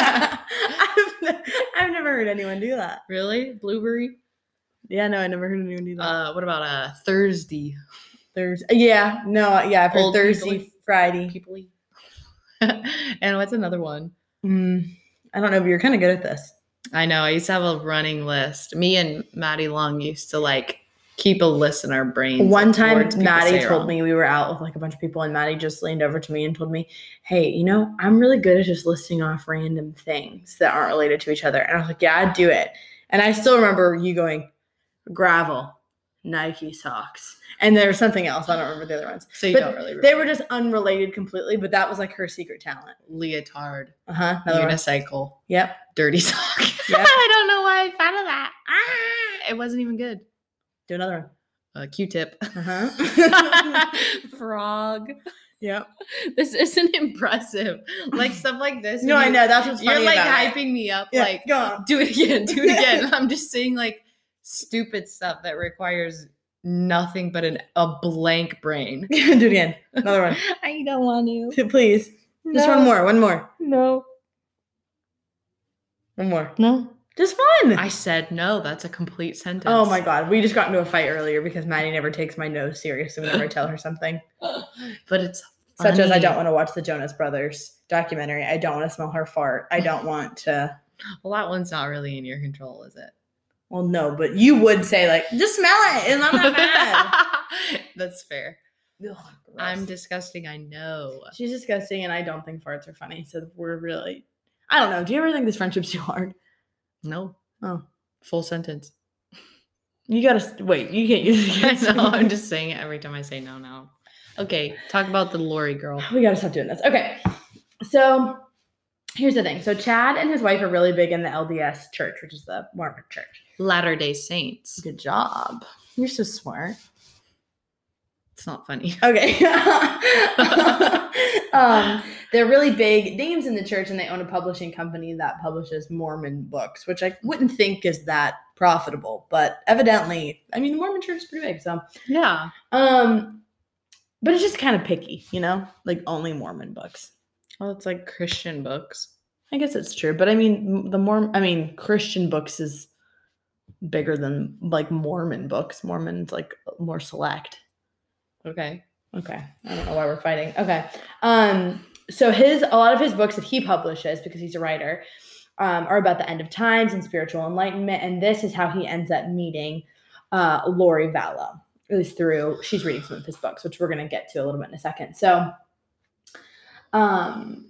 Speaker 1: I've, I've never heard anyone do that.
Speaker 2: Really? Blueberry?
Speaker 1: Yeah, no, I never heard anyone do that.
Speaker 2: Uh what about uh Thursday?
Speaker 1: Thursday. Yeah, no, yeah, I've heard
Speaker 2: Old people
Speaker 1: Thursday,
Speaker 2: eat-
Speaker 1: Friday.
Speaker 2: People eat. [laughs] and what's another one?
Speaker 1: Mm, I don't know, but you're kind of good at this.
Speaker 2: I know, I used to have a running list. Me and Maddie Long used to like keep a list in our brains. of
Speaker 1: One time,
Speaker 2: words people
Speaker 1: Maddie
Speaker 2: say
Speaker 1: told
Speaker 2: wrong.
Speaker 1: me we were out with like a bunch of people, and Maddie just leaned over to me and told me, Hey, you know, I'm really good at just listing off random things that aren't related to each other. And I was like, Yeah, I'd do it. And I still remember you going, Gravel, Nike socks. And there was something else. I don't remember the other ones.
Speaker 2: So you
Speaker 1: but
Speaker 2: don't really remember.
Speaker 1: They were just unrelated completely, but that was like her secret talent.
Speaker 2: leotard,
Speaker 1: Uh huh. Another one.
Speaker 2: unicycle,
Speaker 1: Yep.
Speaker 2: dirty [laughs] sock.
Speaker 1: Yep.
Speaker 2: I don't know why I thought of that. Ah, it wasn't even good.
Speaker 1: Do another
Speaker 2: Uh, Q-tip.
Speaker 1: one. Uh huh.
Speaker 2: [laughs] Frog.
Speaker 1: yep.
Speaker 2: This isn't [laughs] impressive. Like stuff like this.
Speaker 1: No,
Speaker 2: when
Speaker 1: I
Speaker 2: you-
Speaker 1: know. That's what's funny
Speaker 2: You're like
Speaker 1: about it.
Speaker 2: hyping me up.
Speaker 1: Yeah,
Speaker 2: Like,
Speaker 1: go on. [laughs]
Speaker 2: do it again. Do it again. I'm just saying like stupid stuff that requires nothing but an a blank brain.
Speaker 1: do it again. Another one.
Speaker 2: [laughs] I don't want to.
Speaker 1: [laughs] Please. Just one more. One more. [laughs]
Speaker 2: No.
Speaker 1: One more.
Speaker 2: No.
Speaker 1: Just one.
Speaker 2: I said no. That's a complete sentence.
Speaker 1: oh my god. We just got into a fight earlier because Maddie never takes my no seriously whenever I tell
Speaker 2: [laughs]
Speaker 1: her something.
Speaker 2: [gasps] But it's
Speaker 1: Such as I
Speaker 2: funny.
Speaker 1: don't want to watch the Jonas Brothers documentary. I don't want to smell her fart. I don't want to
Speaker 2: Well, that one's not really in your control, is it?
Speaker 1: well no, but you would say like just smell it. It's not that
Speaker 2: [laughs]
Speaker 1: bad.
Speaker 2: That's fair.
Speaker 1: Ugh,
Speaker 2: I'm
Speaker 1: gross.
Speaker 2: disgusting. I know.
Speaker 1: She's disgusting and I don't think farts are funny. So we're really I don't know. Do you ever think this friendship's too hard?
Speaker 2: No.
Speaker 1: Oh.
Speaker 2: Full sentence.
Speaker 1: You gotta s- wait. You can't use
Speaker 2: [laughs]
Speaker 1: [laughs]
Speaker 2: I know. I'm just saying it every time I say no now. Okay. Talk about the Lori girl.
Speaker 1: We gotta stop doing this. Okay. So here's the thing. So Chad and his wife are really big in the LDS church, which is the Mormon church.
Speaker 2: Latter day Saints.
Speaker 1: Good job. You're so smart.
Speaker 2: It's not funny. [laughs]
Speaker 1: Okay. [laughs] um, they're really big names in the church, and they own a publishing company that publishes Mormon books, which I wouldn't think is that profitable, but evidently, I mean, the Mormon church is pretty big, so
Speaker 2: Yeah.
Speaker 1: um, but it's just kind of picky, you know, like only Mormon books.
Speaker 2: Well, it's like Christian books.
Speaker 1: I guess it's true, but I mean, m- the more I mean, Christian books is bigger than like Mormon books. Mormon's like more select.
Speaker 2: Okay.
Speaker 1: Okay, I don't know why we're fighting. Okay, um, so his a lot of his books that he publishes because he's a writer um, are about the end of times and spiritual enlightenment, and this is how he ends up meeting uh, Lori Vallow. Is through she's reading some of his books, which we're gonna get to a little bit in a second. So, um,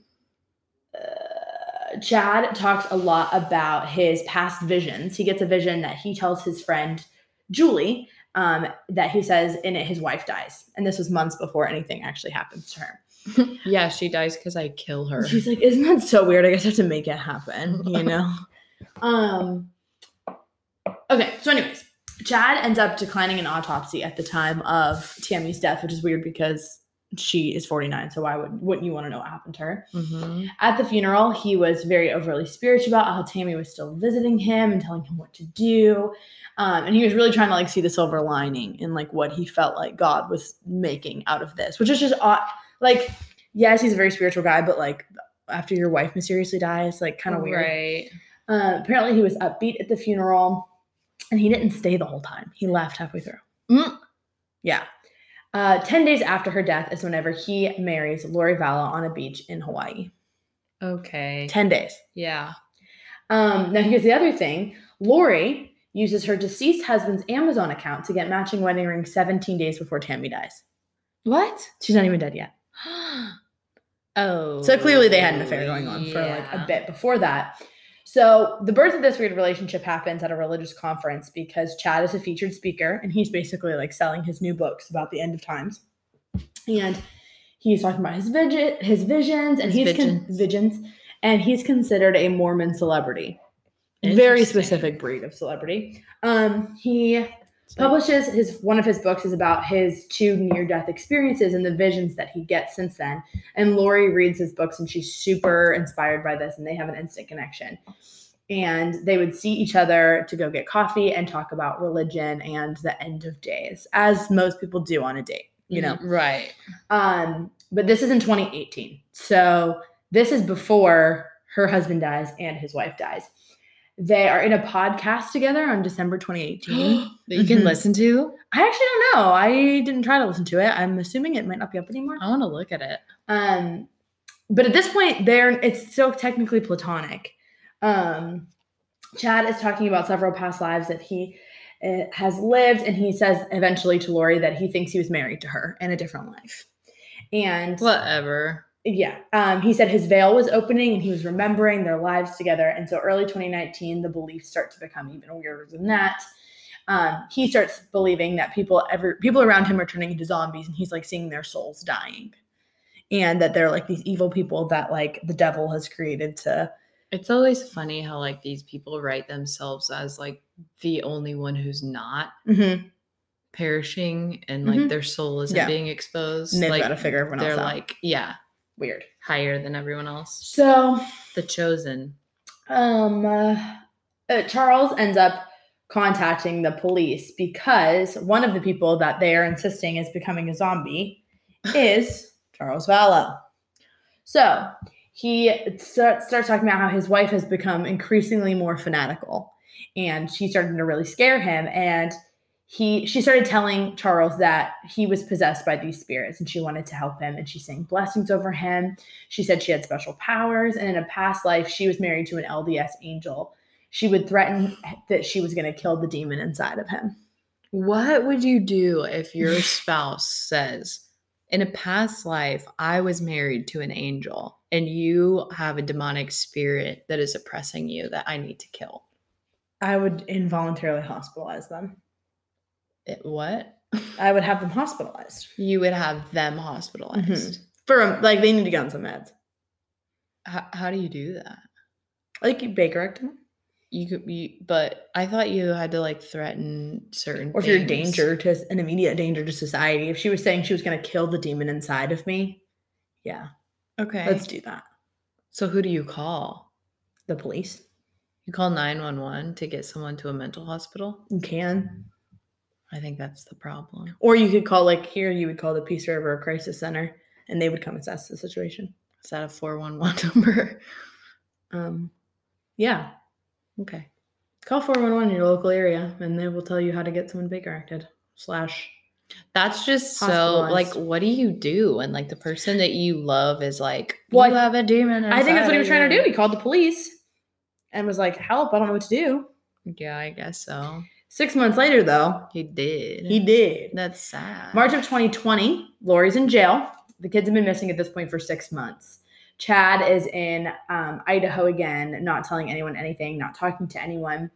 Speaker 1: uh, Chad talks a lot about his past visions. He gets a vision that he tells his friend Julie um, that he says in it his wife dies, and this was months before anything actually happens to her.
Speaker 2: Yeah, she dies because I kill
Speaker 1: [laughs]
Speaker 2: her.
Speaker 1: She's like, "Isn't that so weird? I guess I have to make it happen," you know. um. Okay, so anyways, Chad ends up declining an autopsy at the time of Tammy's death, which is weird because she is 49, so why would wouldn't you want to know what happened to her?
Speaker 2: Mhm.
Speaker 1: At the funeral, he was very overly spiritual about how Tammy was still visiting him and telling him what to do. Um, and he was really trying to like see the silver lining in like what he felt like God was making out of this, which is just odd. Like, yes, he's a very spiritual guy, but like after your wife mysteriously dies, like kind of weird.
Speaker 2: Right.
Speaker 1: Uh, apparently, he was upbeat at the funeral, and he didn't stay the whole time. He left halfway through.
Speaker 2: Mm.
Speaker 1: Yeah. Uh, 10 days after her death is whenever he marries Lori Vallow on a beach in Hawaii.
Speaker 2: Okay.
Speaker 1: 10 days.
Speaker 2: Yeah. [gasps]
Speaker 1: Um, now, here's the other thing Lori uses her deceased husband's Amazon account to get matching wedding rings 17 days before Tammy dies.
Speaker 2: What?
Speaker 1: She's not even dead yet.
Speaker 2: oh.
Speaker 1: So clearly, they had an affair going on for like a
Speaker 2: yeah.
Speaker 1: bit before that. So, the birth of this weird relationship happens at a religious conference because Chad is a featured speaker and he's basically like selling his new books about the end of times. And he's talking about his vision, his visions, and
Speaker 2: His
Speaker 1: he's con-
Speaker 2: visions.
Speaker 1: visions, and he's considered a Mormon celebrity very
Speaker 2: Interesting.
Speaker 1: specific breed of celebrity. Um, he
Speaker 2: It's like-
Speaker 1: publishes his one of his books is about his two near death experiences and the visions that he gets since then. And Lori reads his books and she's super inspired by this, and they have an instant connection. And they would see each other to go get coffee and talk about religion and the end of days, as most people do on a date, you know.
Speaker 2: Mhm. Right.
Speaker 1: Um, but this is in 2018. So this is before her husband dies and his wife dies. They are in a podcast together on December [gasps] 2018.
Speaker 2: [gasps] that you can
Speaker 1: Mhm.
Speaker 2: listen to.
Speaker 1: I actually don't know. I didn't try to listen to it. I'm assuming it might not be up anymore.
Speaker 2: I want to look at it.
Speaker 1: Um, but at this point, they're it's still technically platonic. Um, Chad is talking about several past lives that he uh, has lived, and he says eventually to Lori that he thinks he was married to her in a different life. And
Speaker 2: Whatever.
Speaker 1: yeah. Um, he said his veil was opening and he was remembering their lives together. And so early 2019, the beliefs start to become even weirder than that. Um, he starts believing that people ever people around him are turning into zombies and he's like seeing their souls dying. And that they're like these evil people that like the devil has created to
Speaker 2: It's always funny how like these people write themselves as like the only one who's not perishing and like
Speaker 1: Mhm.
Speaker 2: their soul isn't
Speaker 1: Yeah.
Speaker 2: being exposed.
Speaker 1: And they've
Speaker 2: like,
Speaker 1: gotta figure everyone else
Speaker 2: They're
Speaker 1: out.
Speaker 2: like, yeah,
Speaker 1: weird.
Speaker 2: higher than everyone else.
Speaker 1: So
Speaker 2: The chosen.
Speaker 1: um uh, uh, charles ends up contacting the police because one of the people that they are insisting is becoming a zombie is charles vallow so he start, starts talking about how his wife has become increasingly more fanatical and she started to really scare him and he she started telling charles that he was possessed by these spirits and she wanted to help him and she sang blessings over him she said she had special powers, and in a past life, she was married to an LDS angel. She would threaten that she was going to kill the demon inside of him.
Speaker 2: What would you do if
Speaker 1: [laughs]
Speaker 2: your spouse says, in a past life, I was married to an angel and you have a demonic spirit that is oppressing you that I need to kill?
Speaker 1: I would involuntarily hospitalize them.
Speaker 2: It, what?
Speaker 1: I would have them hospitalized
Speaker 2: You would have them hospitalized.
Speaker 1: for um, like they need to get on some meds,
Speaker 2: How, how do you do that?
Speaker 1: like you Bakerectomy,
Speaker 2: You could be, but I thought you had to like threaten certain.
Speaker 1: or if you're a
Speaker 2: things.
Speaker 1: danger to an immediate danger to society. If she was saying she was going to kill the demon inside of me, yeah,
Speaker 2: Okay.
Speaker 1: let's do that.
Speaker 2: so who do you call?
Speaker 1: The police,
Speaker 2: You call nine one one to get someone to a mental hospital.
Speaker 1: you can,
Speaker 2: I think that's the problem.
Speaker 1: or you could call like here. You would call the Peace River Crisis Center, and they would come assess the situation.
Speaker 2: Is that a four one [laughs] one number?
Speaker 1: Um, yeah,
Speaker 2: okay.
Speaker 1: call 411 in your local area and they will tell you how to get someone Baker acted. Slash,
Speaker 2: That's just so like,
Speaker 1: Hospitalized.
Speaker 2: what do you do? And like the person that you love is like,
Speaker 1: Well,
Speaker 2: you have a demon.
Speaker 1: I think that's what he was
Speaker 2: inside of
Speaker 1: trying to do. He
Speaker 2: you."
Speaker 1: called the police and was like, Help, I don't know what to do.
Speaker 2: Yeah, I guess so.
Speaker 1: Six months later, though,
Speaker 2: He did.
Speaker 1: he did.
Speaker 2: That's sad.
Speaker 1: March of 2020, Lori's in jail. The kids have been missing at this point for six months. Chad is in um, Idaho again, not telling anyone anything, not talking to anyone.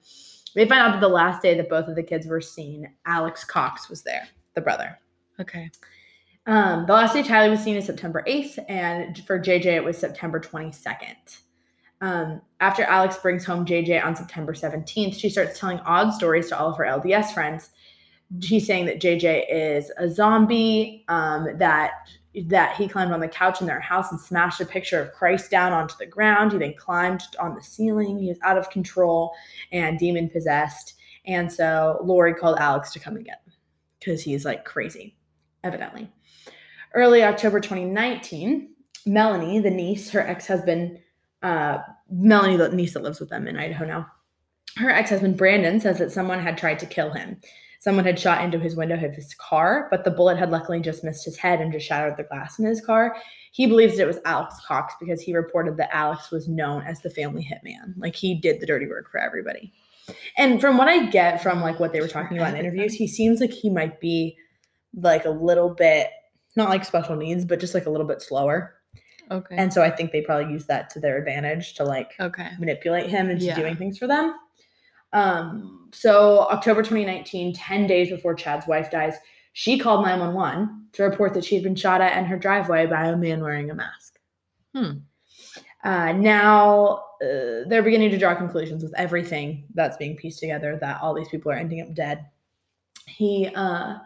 Speaker 1: They find out that the last day that both of the kids were seen, Alex Cox was there, the brother.
Speaker 2: Okay.
Speaker 1: Um, the last day Tyler was seen is September 8th, and for JJ, it was September 22nd. Um, after Alex brings home JJ on September 17th, she starts telling odd stories to all of her LDS friends. She's saying that JJ is a zombie, um, that that he climbed on the couch in their house and smashed a picture of Christ down onto the ground. He then climbed on the ceiling. He was out of control and demon possessed. And so Lori called Alex to come and get him because he's like crazy, evidently. Early October 2019, Melanie, the niece, her ex husband, uh, Melanie, the niece that lives with them in Idaho now, her ex husband Brandon says that someone had tried to kill him. Someone had shot into his window of his car, but the bullet had luckily just missed his head and just shattered the glass in his car. He believes it was Alex Cox because he reported that Alex was known as the family hitman. Like he did the dirty work for everybody. And from what I get from like what they were talking about in interviews, he seems like he might be like a little bit not like special needs, but just like a little bit slower.
Speaker 2: Okay.
Speaker 1: And so I think they probably use that to their advantage to like
Speaker 2: okay.
Speaker 1: manipulate him into
Speaker 2: Yeah.
Speaker 1: doing things for them. Um, so October 2019, 10 days before Chad's wife dies, she called 911 to report that she had been shot at in her driveway by a man wearing a mask.
Speaker 2: Hmm.
Speaker 1: Uh, now uh, they're beginning to draw conclusions with everything that's being pieced together that all these people are ending up dead. He uh,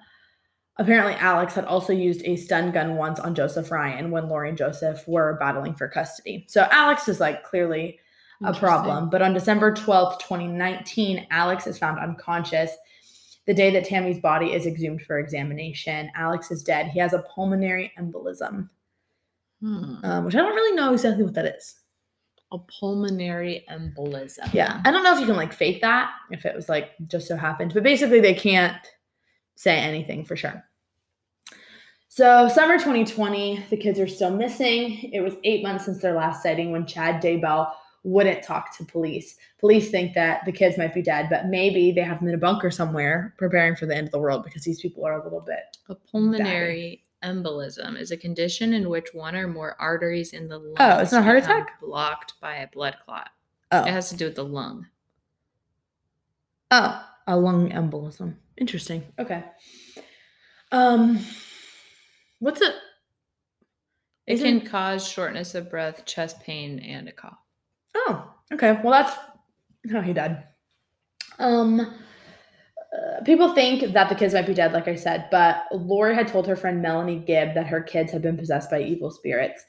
Speaker 1: apparently Alex had also used a stun gun once on Joseph Ryan when Lori and Joseph were battling for custody. So Alex is like clearly a
Speaker 2: Interesting.
Speaker 1: problem. But on December 12th, 2019, Alex is found unconscious. The day that Tammy's body is exhumed for examination, Alex is dead. He has a pulmonary embolism,
Speaker 2: Hmm.
Speaker 1: um, which I don't really know exactly what that is.
Speaker 2: A pulmonary embolism.
Speaker 1: Yeah. I don't know if you can like fake that, if it was like just so happened, but basically they can't say anything for sure. So, summer 2020, the kids are still missing. It was eight months since their last sighting when Chad Daybell wouldn't talk to police. Police think that the kids might be dead, but maybe they have them in a bunker somewhere preparing for the end of the world because these people are a little bit.
Speaker 2: A pulmonary embolism is a condition in which one or more arteries in the lungs
Speaker 1: Oh, it's not a heart
Speaker 2: become
Speaker 1: attack?
Speaker 2: blocked by a blood clot. It
Speaker 1: Oh,
Speaker 2: has to do with the lung.
Speaker 1: oh a lung embolism. Interesting. Okay. Um, what's it?
Speaker 2: It
Speaker 1: Isn't-
Speaker 2: can cause shortness of breath, chest pain, and a
Speaker 1: [laughs]
Speaker 2: cough.
Speaker 1: Oh, okay. Well, that's how he died. Um, uh, people think that the kids might be dead, like I said, but Lori had told her friend Melanie Gibb that her kids had been possessed by evil spirits.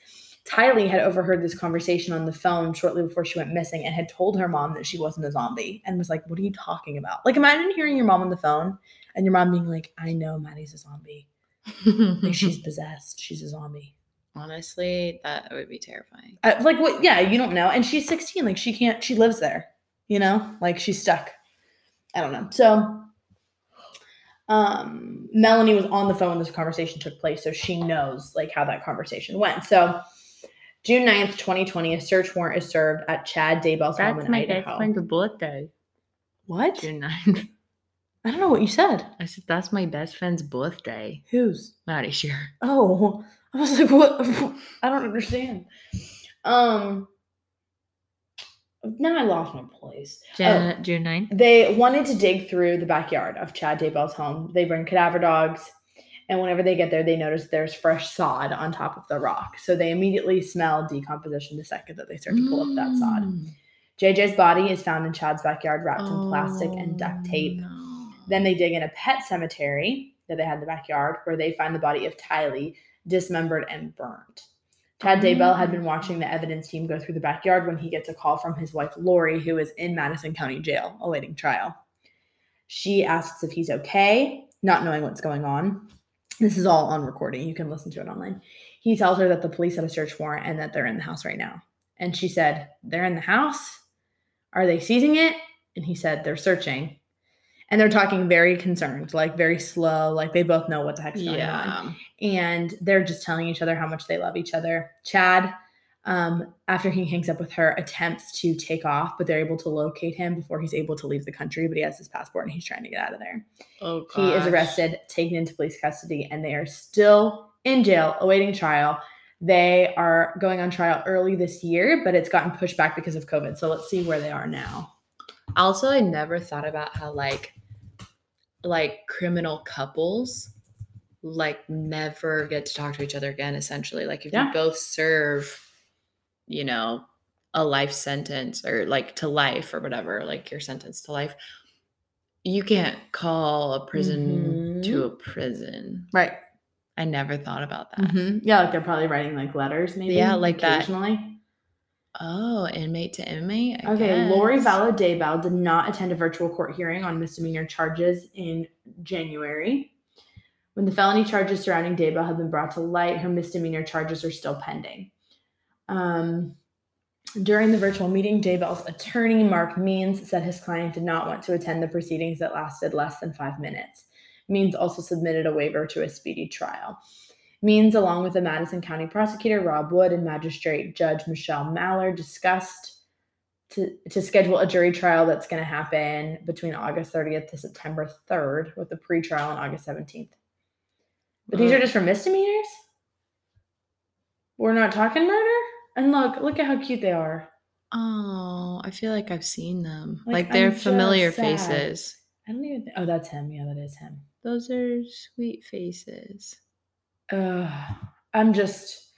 Speaker 1: Tylee had overheard this conversation on the phone shortly before she went missing and had told her mom that she wasn't a zombie and was like, What are you talking about? Like, imagine hearing your mom on the phone and your mom being like, I know Maddie's a zombie.
Speaker 2: [laughs]
Speaker 1: Like, she's possessed. She's a zombie.
Speaker 2: Honestly, that would be terrifying.
Speaker 1: Uh, like what? Yeah, you don't know. And she's 16. Like she can't. She lives there. You know, like she's stuck. I don't know. So, um, Melanie was on the phone when this conversation took place, so she knows like how that conversation went. So, June 9th, 2020, a search warrant is served at Chad Daybell's home in Idaho.
Speaker 2: birthday,
Speaker 1: What?
Speaker 2: June 9th.
Speaker 1: I don't know what you said.
Speaker 2: I said, that's my best friend's birthday.
Speaker 1: Whose?
Speaker 2: Not a year.
Speaker 1: Oh, [laughs] I was like, what? I don't understand. Um, now I lost my place.
Speaker 2: Jan- June 9th.
Speaker 1: They wanted to dig through the backyard of Chad Daybell's home. They bring cadaver dogs, and whenever they get there, they notice there's fresh sod on top of the rock. So they immediately smell decomposition the second that they start to pull up that sod.
Speaker 2: Mm.
Speaker 1: JJ's body is found in Chad's backyard wrapped in plastic and duct
Speaker 2: Oh,
Speaker 1: tape.
Speaker 2: no.
Speaker 1: Then they dig in a pet cemetery that they had in the backyard where they find the body of Tylee dismembered and burned. Tad Daybell had been watching the evidence team go through the backyard when he gets a call from his wife Lori, who is in Madison County Jail awaiting trial. She asks if he's okay, not knowing what's going on. This is all on recording. You can listen to it online. He tells her that the police had a search warrant and that they're in the house right now. And she said, They're in the house? Are they seizing it? And he said, They're searching. And they're talking very concerned, like very slow, like they both know what the heck's going on
Speaker 2: yeah.
Speaker 1: and they're just telling each other how much they love each other. Chad, um, after he hangs up with her, attempts to take off, but they're able to locate him before he's able to leave the country. But he has his passport and he's trying to get out of there.
Speaker 2: Oh,
Speaker 1: He is
Speaker 2: gosh.
Speaker 1: arrested, taken into police custody, and they are still in jail awaiting trial. They are going on trial early this year, but it's gotten pushed back because of COVID. So let's see where they are now.
Speaker 2: Also, I never thought about how like like criminal couples like never get to talk to each other again essentially. Like if
Speaker 1: Yeah.
Speaker 2: you both serve, you know, a life sentence or like to life or whatever, like your sentence to life,
Speaker 1: Mm-hmm.
Speaker 2: Mm-hmm. you can't call a prison to a prison.
Speaker 1: Right.
Speaker 2: I never thought about that.
Speaker 1: Mhm. Yeah, like they're probably writing like letters, maybe.
Speaker 2: Yeah, like that.
Speaker 1: occasionally.
Speaker 2: Oh, inmate to inmate. I
Speaker 1: Mm-hmm. Okay, Lori
Speaker 2: guess.
Speaker 1: Valadaybal did not attend a virtual court hearing on misdemeanor charges in January. When the felony charges surrounding Daybell have been brought to light, her misdemeanor charges are still pending. Um, during the virtual meeting, Daybell's attorney, Mark Means, said his client did not want to attend the proceedings that lasted less than five minutes. Means also submitted a waiver to a speedy trial. Means, along with the Madison County prosecutor, Rob Wood, and magistrate judge Michelle Maller, discussed to, to schedule a jury trial that's going to happen between August 30th to September 3rd with the pretrial on August 17th. But these
Speaker 2: Mm.
Speaker 1: are just for misdemeanors? We're not talking murder? And look, look at how cute they are.
Speaker 2: Oh, I feel like I've seen them.
Speaker 1: Like,
Speaker 2: Like, they're
Speaker 1: I'm just
Speaker 2: familiar
Speaker 1: sad.
Speaker 2: faces.
Speaker 1: I don't even think. Oh, that's him. Yeah, that is him.
Speaker 2: Those are sweet faces.
Speaker 1: Ugh, I'm just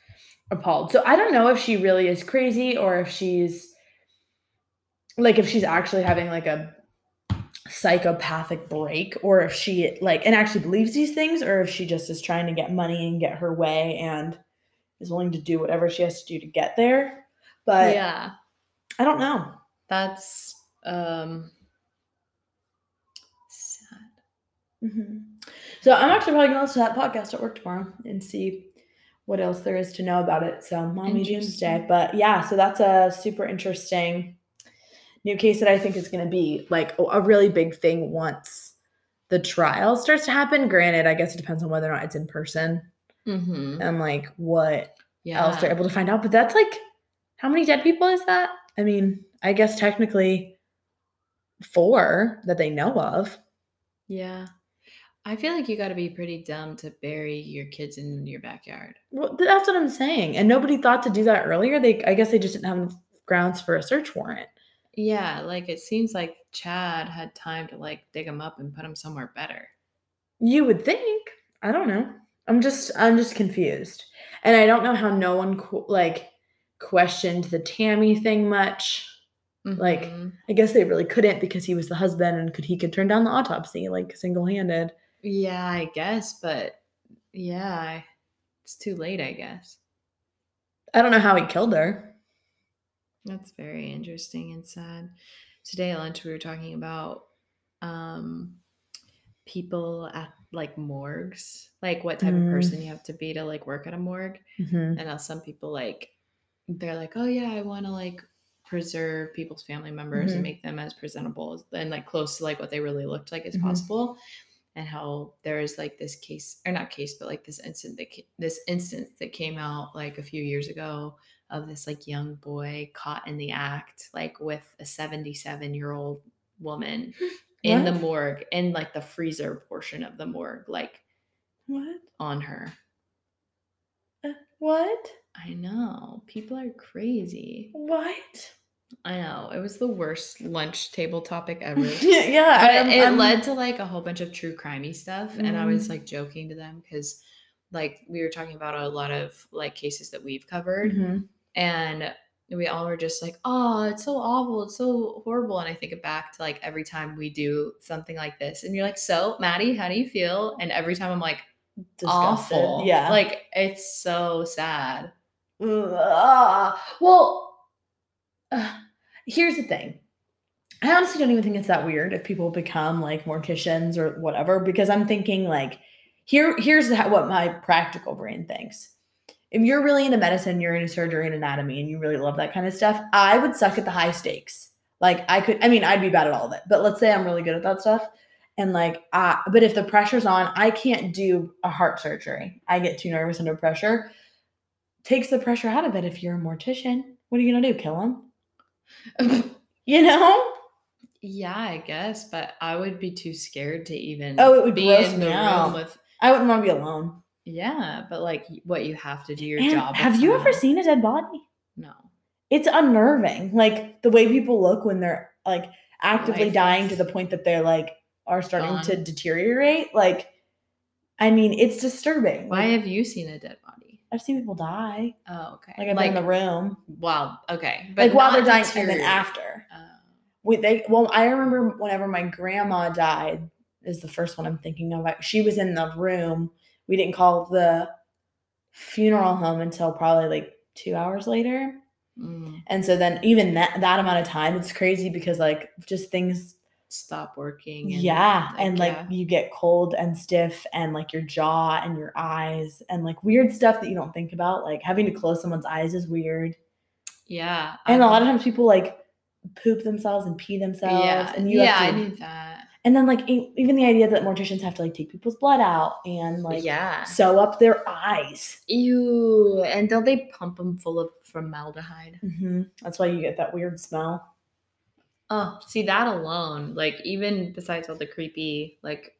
Speaker 1: appalled. So I don't know if she really is crazy or if she's like if she's actually having like a psychopathic break or if she like and actually believes these things or if she just is trying to get money and get her way and is willing to do whatever she has to do to get there. But
Speaker 2: yeah,
Speaker 1: I don't know.
Speaker 2: that's um sad.
Speaker 1: Mm-hmm. So I'm actually probably gonna listen to that podcast at work tomorrow and see what else there is to know about it. So mommy June's day.
Speaker 2: Interesting.
Speaker 1: But yeah, so that's a super interesting new case that I think is gonna be like a- a really big thing once the trial starts to happen. Granted, I guess it depends on whether or not it's in person
Speaker 2: Mm-hmm.
Speaker 1: and like what
Speaker 2: Yeah.
Speaker 1: else they're able to find out. But that's like how many dead people is that? I mean, I guess technically four that they know of.
Speaker 2: yeah. I feel like you got to be pretty dumb to bury your kids in your backyard.
Speaker 1: Well, th- that's what I'm saying. And nobody thought to do that earlier. They, I guess, they just didn't have enough grounds for a search warrant.
Speaker 2: Yeah, like it seems like Chad had time to like dig them up and put them somewhere better.
Speaker 1: You would think. I don't know. I'm just, I'm just confused, and I don't know how no one qu- like questioned the Tammy thing much. Like-
Speaker 2: Mhm.
Speaker 1: I guess they really couldn't because he was the husband, and could he could turn down the autopsy like single handed.
Speaker 2: yeah, I guess, but yeah, I- it's too late, I guess.
Speaker 1: I don't know how he killed her.
Speaker 2: That's very interesting and sad. Today at lunch we were talking about um people at like morgues, like what type
Speaker 1: Mm.
Speaker 2: of person you have to be to like work at a morgue.
Speaker 1: Mm-hmm.
Speaker 2: And how some people like they're like, "Oh yeah, I want to like preserve people's family members
Speaker 1: Mhm.
Speaker 2: and make them as presentable as- and like close to like what they really looked like as
Speaker 1: Mhm.
Speaker 2: possible." And how there is like this case or not case, but like this incident that ca- this instance that came out like a few years ago of this like young boy caught in the act like with a 77 year old woman in the
Speaker 1: What?
Speaker 2: morgue in like the freezer portion of the morgue like
Speaker 1: What?
Speaker 2: on her
Speaker 1: What?
Speaker 2: i know people are crazy
Speaker 1: What?
Speaker 2: i know it was the worst lunch table
Speaker 1: [laughs]
Speaker 2: topic ever
Speaker 1: [laughs] yeah,
Speaker 2: but
Speaker 1: I'm-
Speaker 2: it
Speaker 1: I'm-
Speaker 2: led to like a whole bunch of true crimey stuff and i was
Speaker 1: Mm.
Speaker 2: like joking to them because like we were talking about a lot of like cases that we've covered
Speaker 1: Mhm.
Speaker 2: and we all were just like oh it's so awful it's so horrible and i think back to like every time we do something like this and you're like so maddie how do you feel and every time i'm like
Speaker 1: Disgusted.
Speaker 2: awful
Speaker 1: Yeah.
Speaker 2: like it's so sad [laughs]
Speaker 1: Ugh. Well, uh, here's the thing. I honestly don't even think it's that weird if people become like morticians or whatever, because I'm thinking like, here, here's how, what my practical brain thinks. If you're really into medicine, you're into surgery and anatomy, and you really love that kind of stuff, I would suck at the high stakes. Like I could, I mean, I'd be bad at all of it, but let's say I'm really good at that stuff. And like, I, but if the pressure's on, I can't do a heart surgery. I get too nervous under pressure takes the pressure out of it. If you're a mortician, what are you gonna do? Kill him? [laughs] You know?
Speaker 2: yeah i guess but i would be too scared to even
Speaker 1: Oh, it would
Speaker 2: be
Speaker 1: gross
Speaker 2: in
Speaker 1: me
Speaker 2: the
Speaker 1: out.
Speaker 2: room with
Speaker 1: I wouldn't want to be alone.
Speaker 2: yeah but like y- what you have to do your
Speaker 1: And
Speaker 2: job with
Speaker 1: have you ever
Speaker 2: someone.
Speaker 1: seen a dead body?
Speaker 2: no
Speaker 1: It's unnerving. Like the way people look when they're like actively
Speaker 2: Lifeless.
Speaker 1: dying to the point that they're like are starting to
Speaker 2: Gone.
Speaker 1: deteriorate. Like, I mean, it's disturbing.
Speaker 2: why
Speaker 1: Like,
Speaker 2: have you seen a dead body
Speaker 1: I've seen people die.
Speaker 2: oh okay
Speaker 1: Like I've been in the room.
Speaker 2: wow okay
Speaker 1: Like while they're
Speaker 2: not
Speaker 1: dying and then
Speaker 2: deteriorate.
Speaker 1: after.
Speaker 2: Oh.
Speaker 1: we they well i remember whenever my grandma died is the first one i'm thinking of I- she was in the room We didn't call the funeral home until probably like two hours later.
Speaker 2: Mm,
Speaker 1: And so then even that that amount of time, it's crazy because like just things
Speaker 2: stop working. and,
Speaker 1: yeah, and like
Speaker 2: yeah.
Speaker 1: you get cold and stiff and like your jaw and your eyes and like weird stuff that you don't think about. Like having to close someone's eyes is weird.
Speaker 2: yeah.
Speaker 1: And a
Speaker 2: I've-
Speaker 1: lot of times people like poop themselves and pee themselves
Speaker 2: yeah,
Speaker 1: and you
Speaker 2: yeah,
Speaker 1: have
Speaker 2: I
Speaker 1: to,
Speaker 2: need that.
Speaker 1: and then like e- even the idea that morticians have to like take people's blood out and like
Speaker 2: yeah.
Speaker 1: sew up their eyes.
Speaker 2: Ew. And don't they pump them full of formaldehyde?
Speaker 1: hmm That's why you get that weird smell.
Speaker 2: Oh, see that alone, like even besides all the creepy, like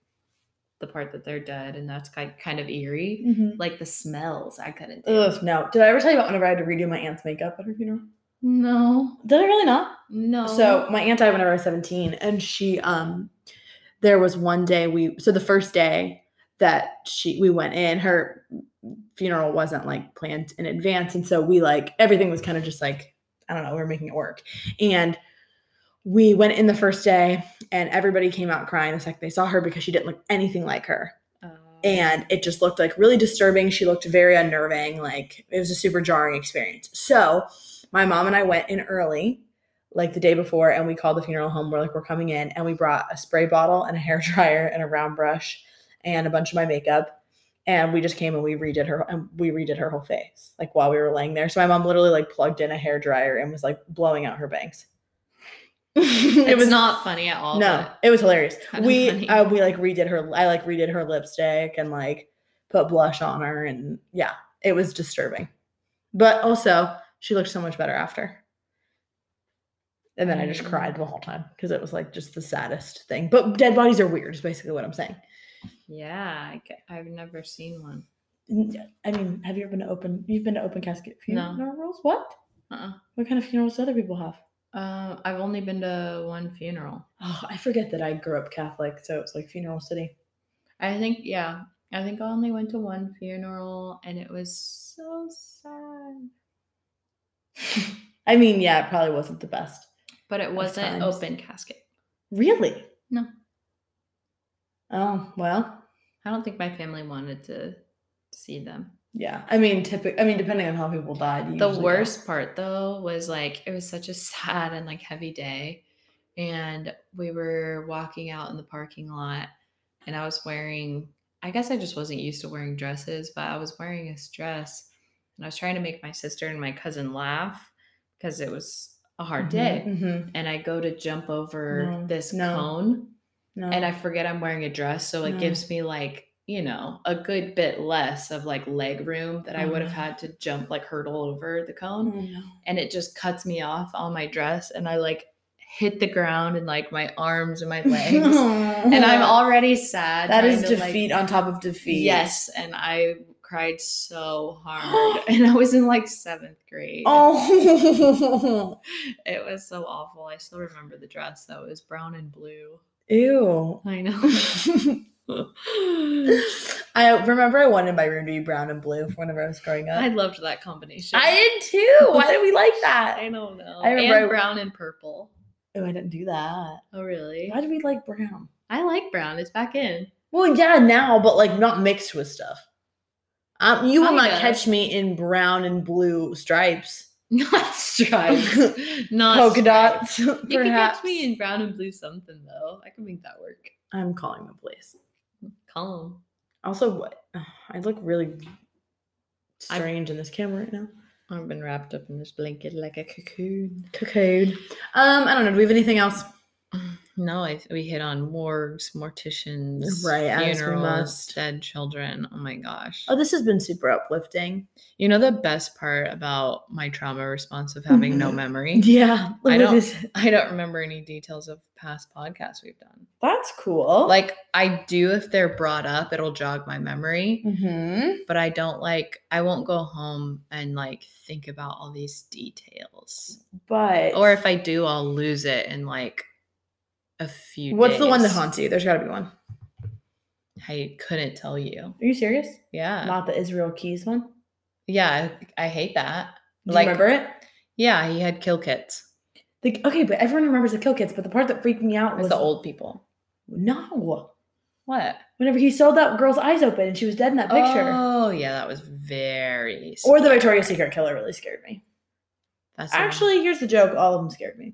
Speaker 2: the part that they're dead and that's ki- kind of eerie,
Speaker 1: Mm-hmm.
Speaker 2: like the smells I couldn't do.
Speaker 1: Ugh, no. Did I ever tell you about whenever I had to redo my aunt's makeup at her funeral?
Speaker 2: No,
Speaker 1: Did I really not?
Speaker 2: no.
Speaker 1: So my aunt died whenever I was 17, and she um there was one day we so the first day that she we went in, her funeral wasn't like planned in advance. And so we like everything was kind of just like, I don't know, we were making it work. And we went in the first day and everybody came out crying the second they saw her because she didn't look anything like her
Speaker 2: Oh.
Speaker 1: and it just looked like really disturbing. She looked very unnerving. Like it was a super jarring experience. So my mom and I went in early, like the day before, and we called the funeral home. We're like, we're coming in, and we brought a spray bottle and a [laughs] hair dryer and a round brush and a bunch of my makeup. And we just came and we redid her and we redid her whole face, like while we were laying there. So my mom literally like plugged in a hair dryer and was like blowing out her bangs. [laughs]
Speaker 2: it's
Speaker 1: it was
Speaker 2: not funny at all.
Speaker 1: no,
Speaker 2: but-
Speaker 1: it was [laughs] hilarious.
Speaker 2: kinda
Speaker 1: We
Speaker 2: funny.
Speaker 1: uh, we like redid her. I like redid her lipstick and like put blush on her, and yeah, it was disturbing. But also, she looked so much better after. And then I just
Speaker 2: Mm.
Speaker 1: cried the whole time because it was like just the saddest thing. But dead bodies are weird, is basically what I'm saying.
Speaker 2: yeah, I, ca- I've never seen one.
Speaker 1: N- I mean, have you ever been to open? You've been to open casket
Speaker 2: No.
Speaker 1: funerals? What?
Speaker 2: Uh-uh.
Speaker 1: What kind of funerals do other people have?
Speaker 2: Um, I've only been to one funeral.
Speaker 1: Oh, I forget that I grew up Catholic, so it's like funeral city.
Speaker 2: I think, yeah, I think I only went to one funeral and it was so sad.
Speaker 1: I mean, yeah, it probably wasn't the best.
Speaker 2: But it wasn't
Speaker 1: times.
Speaker 2: open casket.
Speaker 1: Really?
Speaker 2: No.
Speaker 1: Oh, well,
Speaker 2: I don't think my family wanted to see them.
Speaker 1: yeah. I mean, typical. I mean, depending on how people died. you
Speaker 2: The
Speaker 1: usually
Speaker 2: worst part though was like it was such a sad and like heavy day. And we were walking out in the parking lot and I was wearing I guess I just wasn't used to wearing dresses, but I was wearing this dress and I was trying to make my sister and my cousin laugh because it was a
Speaker 1: go.
Speaker 2: hard day.
Speaker 1: Mhm,
Speaker 2: And I go to jump over
Speaker 1: No,
Speaker 2: this
Speaker 1: no.
Speaker 2: cone
Speaker 1: No.
Speaker 2: and I forget I'm wearing a dress, so it
Speaker 1: No.
Speaker 2: gives me like you know a good bit less of like leg room that I
Speaker 1: Oh,
Speaker 2: would have
Speaker 1: no.
Speaker 2: had to jump like hurdle over the
Speaker 1: Oh,
Speaker 2: cone,
Speaker 1: no.
Speaker 2: and it just cuts me off on my dress, and I like hit the ground and like my arms
Speaker 1: [laughs]
Speaker 2: and my legs, and I'm already sad.
Speaker 1: That
Speaker 2: trying
Speaker 1: is
Speaker 2: to, like-
Speaker 1: defeat on top of defeat.
Speaker 2: yes, and I cried so
Speaker 1: [gasps]
Speaker 2: hard, and I was in like seventh grade.
Speaker 1: Oh. [laughs]
Speaker 2: It was so awful. I still remember the dress though. It was brown and blue.
Speaker 1: Ew. [laughs]
Speaker 2: I know.
Speaker 1: I remember I wanted my room to be brown and blue whenever I was growing up.
Speaker 2: I loved that combination.
Speaker 1: I did too. Why did we like that?
Speaker 2: [laughs] I don't know.
Speaker 1: I remember
Speaker 2: and
Speaker 1: I-
Speaker 2: brown and purple.
Speaker 1: Oh, I didn't do that.
Speaker 2: Oh, really?
Speaker 1: Why did we like brown?
Speaker 2: I like brown. It's back in.
Speaker 1: Well, yeah, now, but like not mixed with stuff. Um, you will not
Speaker 2: Kinda.
Speaker 1: catch me in brown and blue stripes,
Speaker 2: [laughs] Not stripes. [laughs] Not
Speaker 1: polka
Speaker 2: stripes.
Speaker 1: dots. [laughs]
Speaker 2: You can
Speaker 1: perhaps.
Speaker 2: catch me in brown and blue something though. I can make that work.
Speaker 1: I'm calling the police.
Speaker 2: Calm.
Speaker 1: Also, what? [sighs] ugh, I look really strange in this camera right now.
Speaker 2: I've been wrapped up in this blanket like a cocoon.
Speaker 1: Cocoon. Um, I don't know. Do we have anything else?
Speaker 2: No, I, we hit on morgues, morticians,
Speaker 1: Right, as we
Speaker 2: funerals,
Speaker 1: must.
Speaker 2: dead children. Oh my gosh.
Speaker 1: Oh, this has been super uplifting.
Speaker 2: You know the best part about my trauma response of having [laughs] no memory?
Speaker 1: Yeah,
Speaker 2: I
Speaker 1: look at
Speaker 2: don't-
Speaker 1: this.
Speaker 2: I don't remember any details of past podcasts we've done.
Speaker 1: That's cool.
Speaker 2: Like I do if they're brought up, it'll jog my memory,
Speaker 1: mm-hmm.
Speaker 2: but I don't like I won't go home and like think about all these details.
Speaker 1: but
Speaker 2: Or if I do, I'll lose it in like a few
Speaker 1: what's the one that
Speaker 2: days.
Speaker 1: haunts you? There's got to be one. Are
Speaker 2: I couldn't tell you.
Speaker 1: you serious?
Speaker 2: Yeah.
Speaker 1: Not the Israel Keys one. Do
Speaker 2: yeah, I, I hate that.
Speaker 1: you
Speaker 2: Like-
Speaker 1: remember it?
Speaker 2: Yeah, he had kill kits.
Speaker 1: The, okay, but everyone remembers the Kill Kids, but the part that freaked me out
Speaker 2: It
Speaker 1: was
Speaker 2: was the old people.
Speaker 1: No,
Speaker 2: What?
Speaker 1: Whenever he sewed that girl's eyes open and she was dead in that picture.
Speaker 2: Oh yeah, that was very.
Speaker 1: or the Victoria's Secret killer really scared me.
Speaker 2: That's the one.
Speaker 1: Actually, here's the joke. All of them scared me.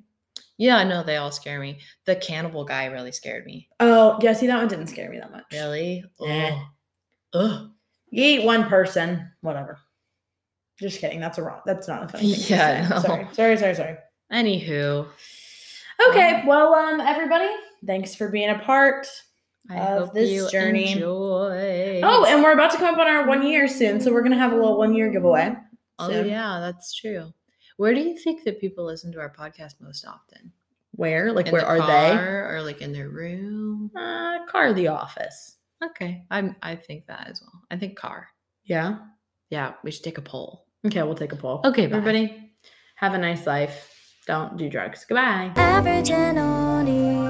Speaker 2: Yeah, no, they all scare me. The cannibal guy really scared me.
Speaker 1: Oh, yeah, see, that one didn't scare me that much.
Speaker 2: Really?
Speaker 1: Eh.
Speaker 2: Oh. Ugh.
Speaker 1: You eat one person, whatever. Just kidding. That's a wrong. That's not a funny thing. to
Speaker 2: Yeah,
Speaker 1: say.
Speaker 2: no.
Speaker 1: Sorry, sorry, sorry, sorry.
Speaker 2: Anywho,
Speaker 1: Okay, well, um, everybody, thanks for being a part.
Speaker 2: I
Speaker 1: Of
Speaker 2: hope
Speaker 1: this
Speaker 2: you
Speaker 1: journey.
Speaker 2: enjoy.
Speaker 1: Oh, and we're about to come up on our one year soon, so we're gonna have a little one year giveaway.
Speaker 2: Oh,
Speaker 1: soon.
Speaker 2: yeah, that's true. Where do you think that people listen to our podcast most often?
Speaker 1: Where? Like,
Speaker 2: In
Speaker 1: where
Speaker 2: the
Speaker 1: are they?
Speaker 2: car Or like in their room?
Speaker 1: Uh, car, the office.
Speaker 2: Okay, I'm. I think that as well. I think car.
Speaker 1: Yeah.
Speaker 2: Yeah, we should take a poll.
Speaker 1: Okay, we'll take a poll.
Speaker 2: Okay, bye.
Speaker 1: everybody, have a nice life. Don't do drugs. Goodbye.
Speaker 3: Average and only.